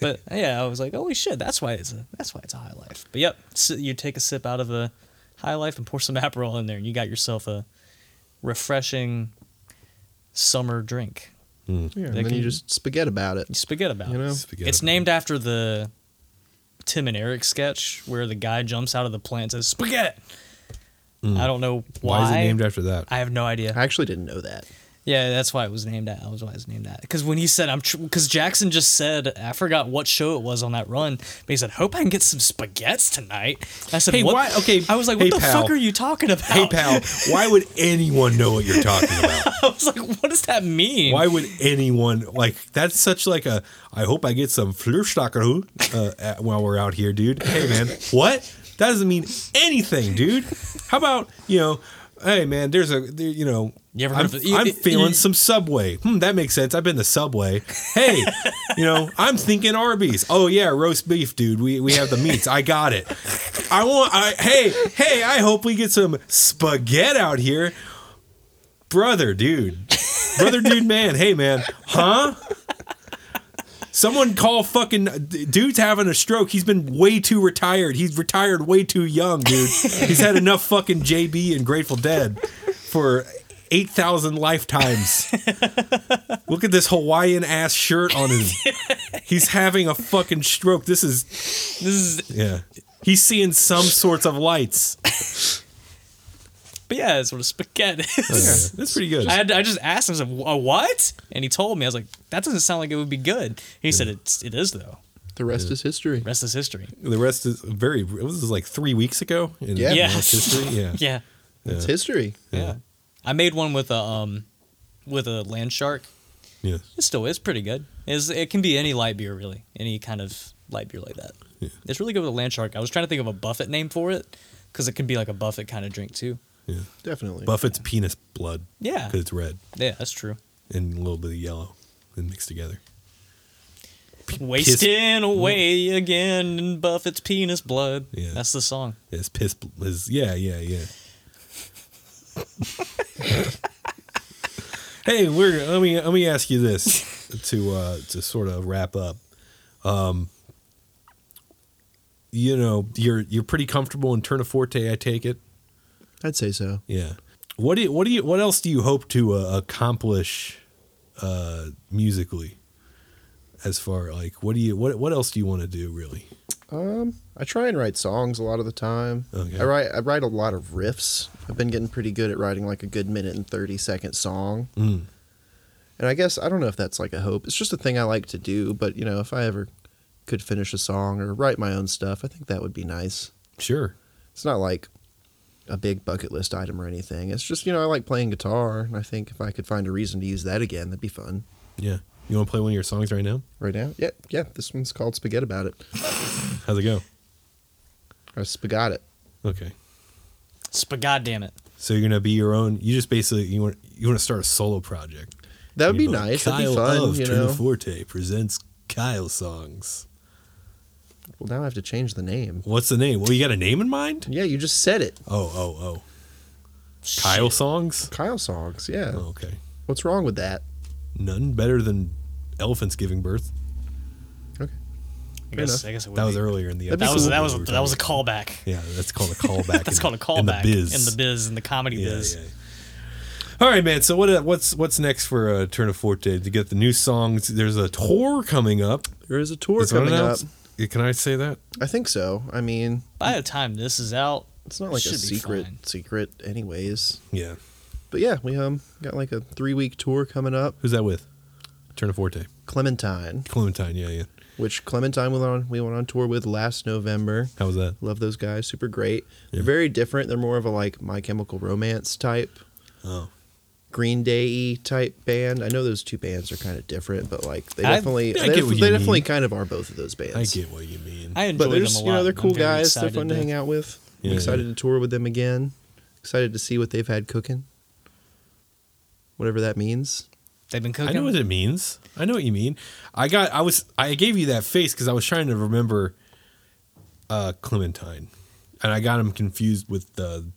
but yeah, I was like, holy shit, that's why it's a that's why it's a high life. But yep, so you take a sip out of a high life and pour some Aperol in there, and you got yourself a refreshing summer drink. Hmm. Yeah, They and then you can- just spaghetti about it. You just forget about You it. know? Spaghetti it's about named after the Tim and Eric sketch where the guy jumps out of the plant and says spaghetti. I don't know why. Why is it named after that? I have no idea. I actually didn't know that. Yeah, that's why it was named that. That was why it was named that. Because when he said, "I'm," because Jackson just said, I forgot what show it was on that run, but he said, "Hope I can get some spaghettis tonight." And I said, Hey, what? why- okay, I was like, hey, "What the pal. fuck are you talking about?" Hey, pal, why would anyone know what you're talking about? I was like, "What does that mean?" Why would anyone like that's such like a I hope I get some Flurstockerhut uh, at- while we're out here, dude. Hey man, what? That doesn't mean anything, dude. How about, you know, hey man, there's a there, you know, You ever heard I'm, of the- I'm you- feeling you- some Subway. Hmm, that makes sense. I've been to Subway. Hey, you know, I'm thinking Arby's. Oh yeah, roast beef, dude. We we have the meats. I got it. I want I hey, hey, I hope we get some spaghetti out here. Brother, dude. Brother, dude, man. Hey, man. Huh? Someone call fucking dude's having a stroke. He's been way too retired. He's retired way too young, dude. He's had enough fucking JB and Grateful Dead for 8,000 lifetimes. Look at this Hawaiian ass shirt on him. He's having a fucking stroke. This is This is, yeah. He's seeing some sorts of lights. but yeah, it's what a spaghetti Yeah, is. that's pretty good. I had, I just asked him, I said, "A what?" And he told me, I was like, "That doesn't sound like it would be good." He said, "It's it is though. The rest is history. Rest is history." The rest is very. It was like three weeks ago. In Yeah. Yeah. March history. Yeah. Yeah. It's history. Yeah. I made one with a um with a land shark. Yes. It still is pretty good. It's, it can be any light beer really, any kind of light beer like that. It's really good with a land shark. I was trying to think of a Buffett name for it because it can be like a Buffett kind of drink too. Yeah. Definitely. Buffett's penis blood. Yeah. Because it's red Yeah, that's true. and a little bit of yellow and mixed together. Mm-hmm. Wasting away again in Buffett's penis blood. Yeah. That's the song. It's piss. bl- Is yeah, yeah, yeah. hey, we're let me let me ask you this to uh to sort of wrap up. Um, you know, you're you're pretty comfortable in Turnaforte. I take it. I'd say so. Yeah. What do you, what do you what else do you hope to uh, accomplish uh, musically? As far like what do you what what else do you want to do really? Um, I try and write songs a lot of the time. Okay. I write I write a lot of riffs. I've been getting pretty good at writing like a good minute and 30 second song. Mm. And I guess I don't know if that's like a hope. It's just a thing I like to do, but you know, if I ever could finish a song or write my own stuff, I think that would be nice. Sure. It's not like a big bucket list item or anything. It's just, you know, I like playing guitar and I think if I could find a reason to use that again, that'd be fun. Yeah. You want to play one of your songs right now? Right now? Yeah, yeah, this one's called Spaghetti About It. How's it go? Or Spaghetti. Okay. Sp- God damn it. So you're gonna be your own. You just basically you want you want to start a solo project. That would be You'd like, nice. Kyle That'd be fun, of you know. Forte presents Kyle songs. Well, now I have to change the name. What's the name? Well, you got a name in mind? Yeah, you just said it. Oh, oh, oh. Kyle songs. Kyle songs. Yeah. Oh, okay. What's wrong with that? None better than elephants giving birth. Okay. I guess, enough. I guess it would That was be. earlier in the That'd be that episode was that we was were that was a talking- callback. Yeah, that's called a callback. That's in- called a callback in the biz. in the biz in the comedy Yeah, biz. yeah. All right, man. So what uh, what's what's next for uh, Turn of Forte? To get the new songs, there's a tour coming up. There is a tour Is it coming up. unannounced? Can I say that? I think so. I mean, By the time this is out, it's not like Should a be secret fine. secret anyways. Yeah. But yeah, we um got like a 3-week tour coming up. Who's that with? Turn of Forte. Clementine, Clementine. Yeah, yeah. which Clementine we went on we went on tour with last November. How was that? Love those guys, super great. Yeah. They're very different. They're more of a like My Chemical Romance type, Oh, Green Day type band. I know those two bands are kind of different, but like they I- definitely I they, get what def- you they definitely mean. kind of are both of those bands. I get what you mean. I enjoy but they're them just a lot. you know they're I'm cool very guys. They're excited fun to hang out with. I'm Yeah, excited yeah. to tour with them again. Excited to see what they've had cooking. Whatever that means. They've been cooking. I know what it means. I know what you mean. I got. I was. I gave you that face because I was trying to remember uh, Clementine, and I got him confused with the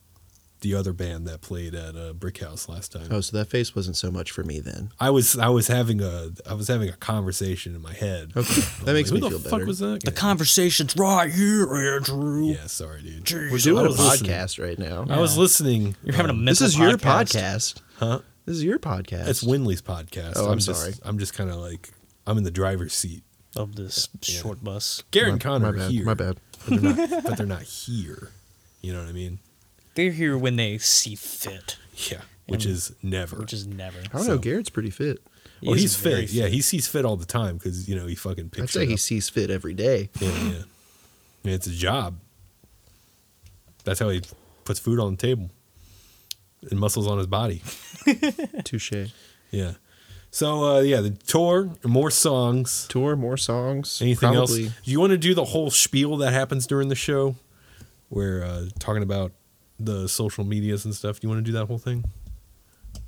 the other band that played at uh, Brick House last time. Oh, so that face wasn't so much for me then. I was I was having a I was having a conversation in my head. Okay, that makes me who feel the better." fuck was that? The guy?" conversation's right here, Andrew. yeah, sorry, dude. Jeez. We're doing I a was listening. podcast right now. I was listening. You're having a This mental is your podcast, Huh? This is your podcast. It's Winley's podcast. Oh, I'm just- sorry. I'm just kind of like I'm in the driver's seat. of this short bus. Garrett my, and Connor my are bad. here. My bad. But they're, not, but they're not here. You know what I mean? They're here when they see fit, Yeah. Which And- is never. which is never. I don't know. Garrett's pretty fit. well, He he's is very fit. Yeah, he sees fit all the time because you know he fucking I'd picks. say it he up. sees fit every day. Yeah, yeah. Yeah, it's a job. That's how he puts food on the table and muscles on his body. Touche. Yeah. So uh, yeah, the tour, more songs. Tour, more songs. Anything probably. else? Do you want to do the whole spiel that happens during the show, where uh, talking about the social medias and stuff? Do you want to do that whole thing?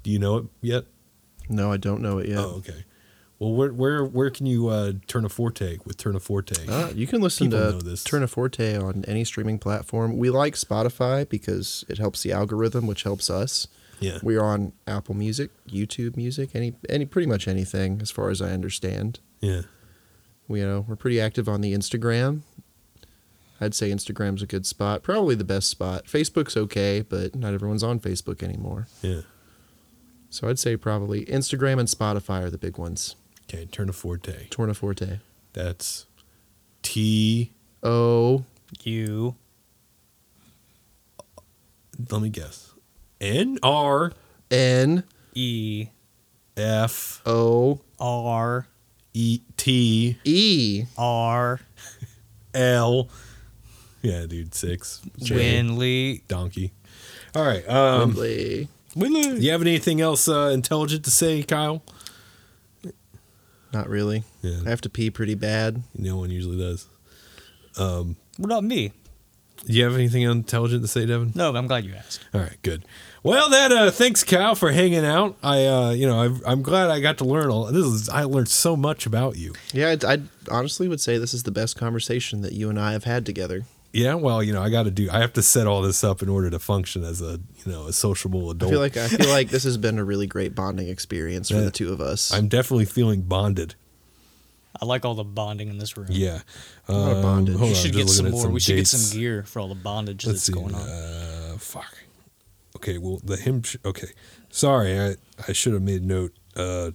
Do you know it yet? No, I don't know it yet. Oh, okay. Well, where where where can you uh, turn a forte with turn a forte? Uh, you can listen People know to this. Turn a Forte on any streaming platform. We like Spotify because it helps the algorithm, which helps us. yeah. We're on Apple Music, YouTube Music, any any pretty much anything as far as I understand. Yeah. We, you know, we're pretty active on the Instagram. I'd say Instagram's a good spot, probably the best spot. Facebook's okay, but not everyone's on Facebook anymore. Yeah. So I'd say probably Instagram and Spotify are the big ones. Okay. Turn a forte. Torna Forte. That's T. Oh, You Let me guess. N R N E F O R E T E. R L. Yeah, dude, six. J. Winley. Donkey. All right. Um, Wembley. Winley. do you have anything else uh, intelligent to say, Kyle? Not really. Yeah. I have to pee pretty bad. No one usually does. What about me? Do you have anything intelligent to say, Devin? No, but I'm glad you asked. All right, good. Well, that uh, thanks, Kyle, for hanging out. I, uh, you know, I've, I'm glad I got to learn. All, this is I learned so much about you. Yeah, I, I honestly would say this is the best conversation that you and I have had together. Yeah, well, you know, I got to do. I have to set all this up in order to function as a, you know, a sociable I adult. feel like I feel like this has been a really great bonding experience for Yeah. the two of us. I'm definitely feeling bonded. I like all the bonding in this room. Yeah, not Um, bonded. hold on, We You I'm should just get some looking at more. we should get dates. some gear for all the bondage Let's that's see, going on. Uh, fuck. Okay, well, the hymn. Sh- okay, sorry, I I should have made note uh,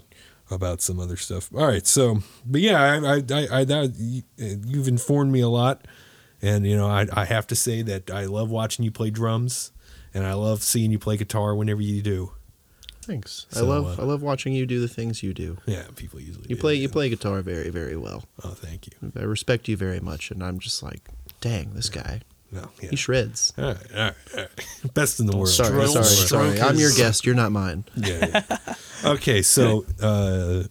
about some other stuff. All right, so but yeah, I I I, I that, you, uh, you've informed me a lot, and you know I I have to say that I love watching you play drums, and I love seeing you play guitar whenever you do. Thanks. I So, love uh, I love watching you do the things you do. Yeah, people usually You do play that. you play guitar very very well. Oh, thank you. I respect you very much, and I'm just like, dang, this guy, No, yeah. he shreds. all right, all right, all right. Best in the world. Sorry, Stroke- sorry, stroke sorry. I'm is- your guest. You're not mine. Yeah, yeah. okay, so uh,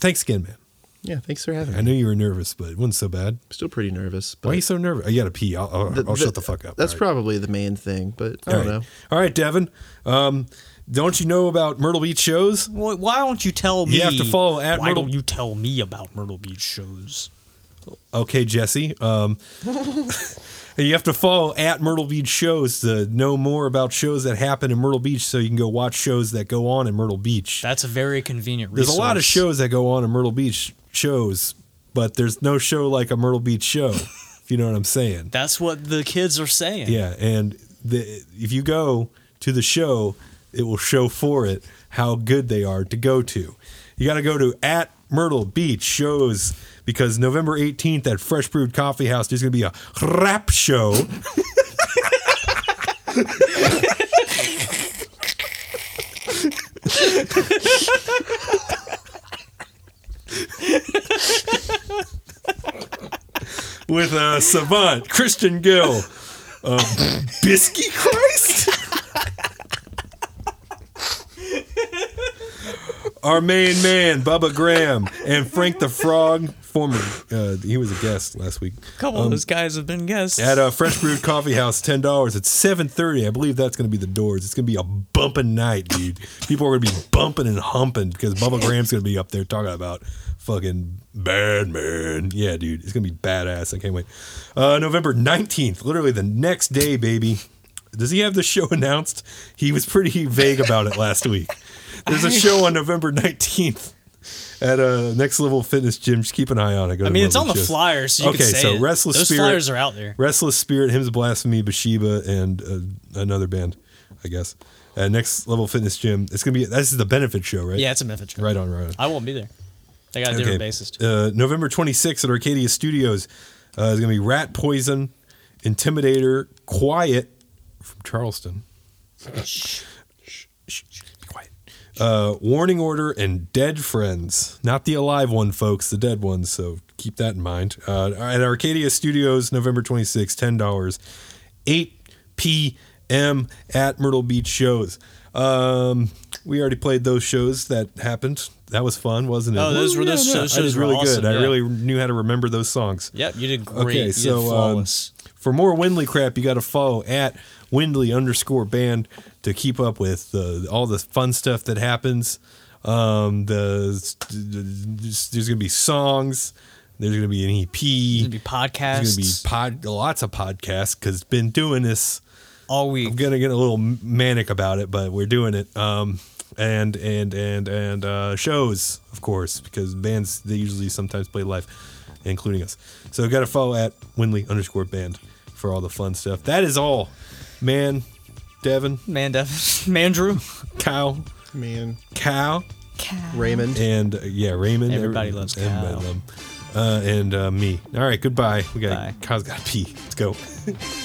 thanks again, man. Yeah, thanks for having me. I know you were nervous, but it wasn't so bad. I'm still pretty nervous. But Why are you so nervous? You got to pee. I'll, I'll, I'll shut the fuck up. That's All right. probably the main thing, but I All don't right. know. All right, Devin. Um, don't you know about Myrtle Beach shows? Why, why don't you tell me? You have to follow at Why Myrtle- don't you tell me about Myrtle Beach shows? Okay, Jesse. Um, you have to follow at Myrtle Beach shows to know more about shows that happen in Myrtle Beach, so you can go watch shows that go on in Myrtle Beach. That's a very convenient. there's Resource. a lot of shows that go on in Myrtle Beach shows, but there's no show like a Myrtle Beach show. if you know what I'm saying. That's what the kids are saying. Yeah, and the, if you go to the show, it will show for it how good they are to go to. You got to go to at Myrtle Beach shows because November 18th at Fresh Brewed Coffee House, there's going to be a rap show. with uh, Savant, Christian Gill, um, Bisky Christ, our main man, Bubba Graham, and Frank the Frog, former, uh, he was a guest last week. A couple of those guys have been guests. At a Fresh Brewed Coffee House, ten dollars. It's seven thirty. I believe that's going to be the doors. It's going to be a bumping night, dude. People are going to be bumping and humping because Bubba Graham's going to be up there talking about fucking Batman. Yeah, dude, it's going to be badass. I can't wait. Uh, November nineteenth, literally the next day, baby. Does he have the show announced? He was pretty vague about it last week. There's a show on November 19th at uh, Next Level Fitness Gym. Just keep an eye on it. Go I to mean, it's on the shows. flyer, so you okay, can say so it. Restless Those Spirit, flyers are out there. Restless Spirit, Hymns of Blasphemy, Bathsheba, and uh, another band, I guess. At Next Level Fitness Gym. It's gonna be. This is the benefit show, right? Yeah, it's a Memphis trip. Right on, right on. I won't be there. I got a different bassist. Uh, November 26th at Arcadia Studios uh, is going to be Rat Poison, Intimidator, Quiet from Charleston. Shh, shh, be quiet. Uh, Warning Order and Dead Friends. Not the alive one, folks, the dead ones. So keep that in mind. Uh, at Arcadia Studios, November 26th, $10. 8 p.m. at Myrtle Beach shows. Um, we already played those shows that happened. That was fun, wasn't it? Oh, those were- those shows- I shows was were really awesome, good. I yeah. really knew how to remember those songs. Yep, you did great. Okay, you so did um, flawless. for more Windley crap, you got to follow at Windley underscore band to keep up with uh, all the fun stuff that happens. Um, the there's going to be songs. There's going to be an EP. It's gonna be podcasts There's going to be pod, lots of podcasts because been doing this. all I'm week. gonna get a little manic about it, but we're doing it. Um, and and and and uh, shows, of course, because bands they usually sometimes play live, including us. So gotta follow at Winley underscore band for all the fun stuff. That is all, man. Devin, Man, Def- Mandrew, Kyle, Man, Cow, Raymond. and uh, yeah, Raymond. Everybody every- loves everybody love Kyle. him. Uh, and uh, me. All right, goodbye. We got Bye. Kyle's got to pee. Let's go.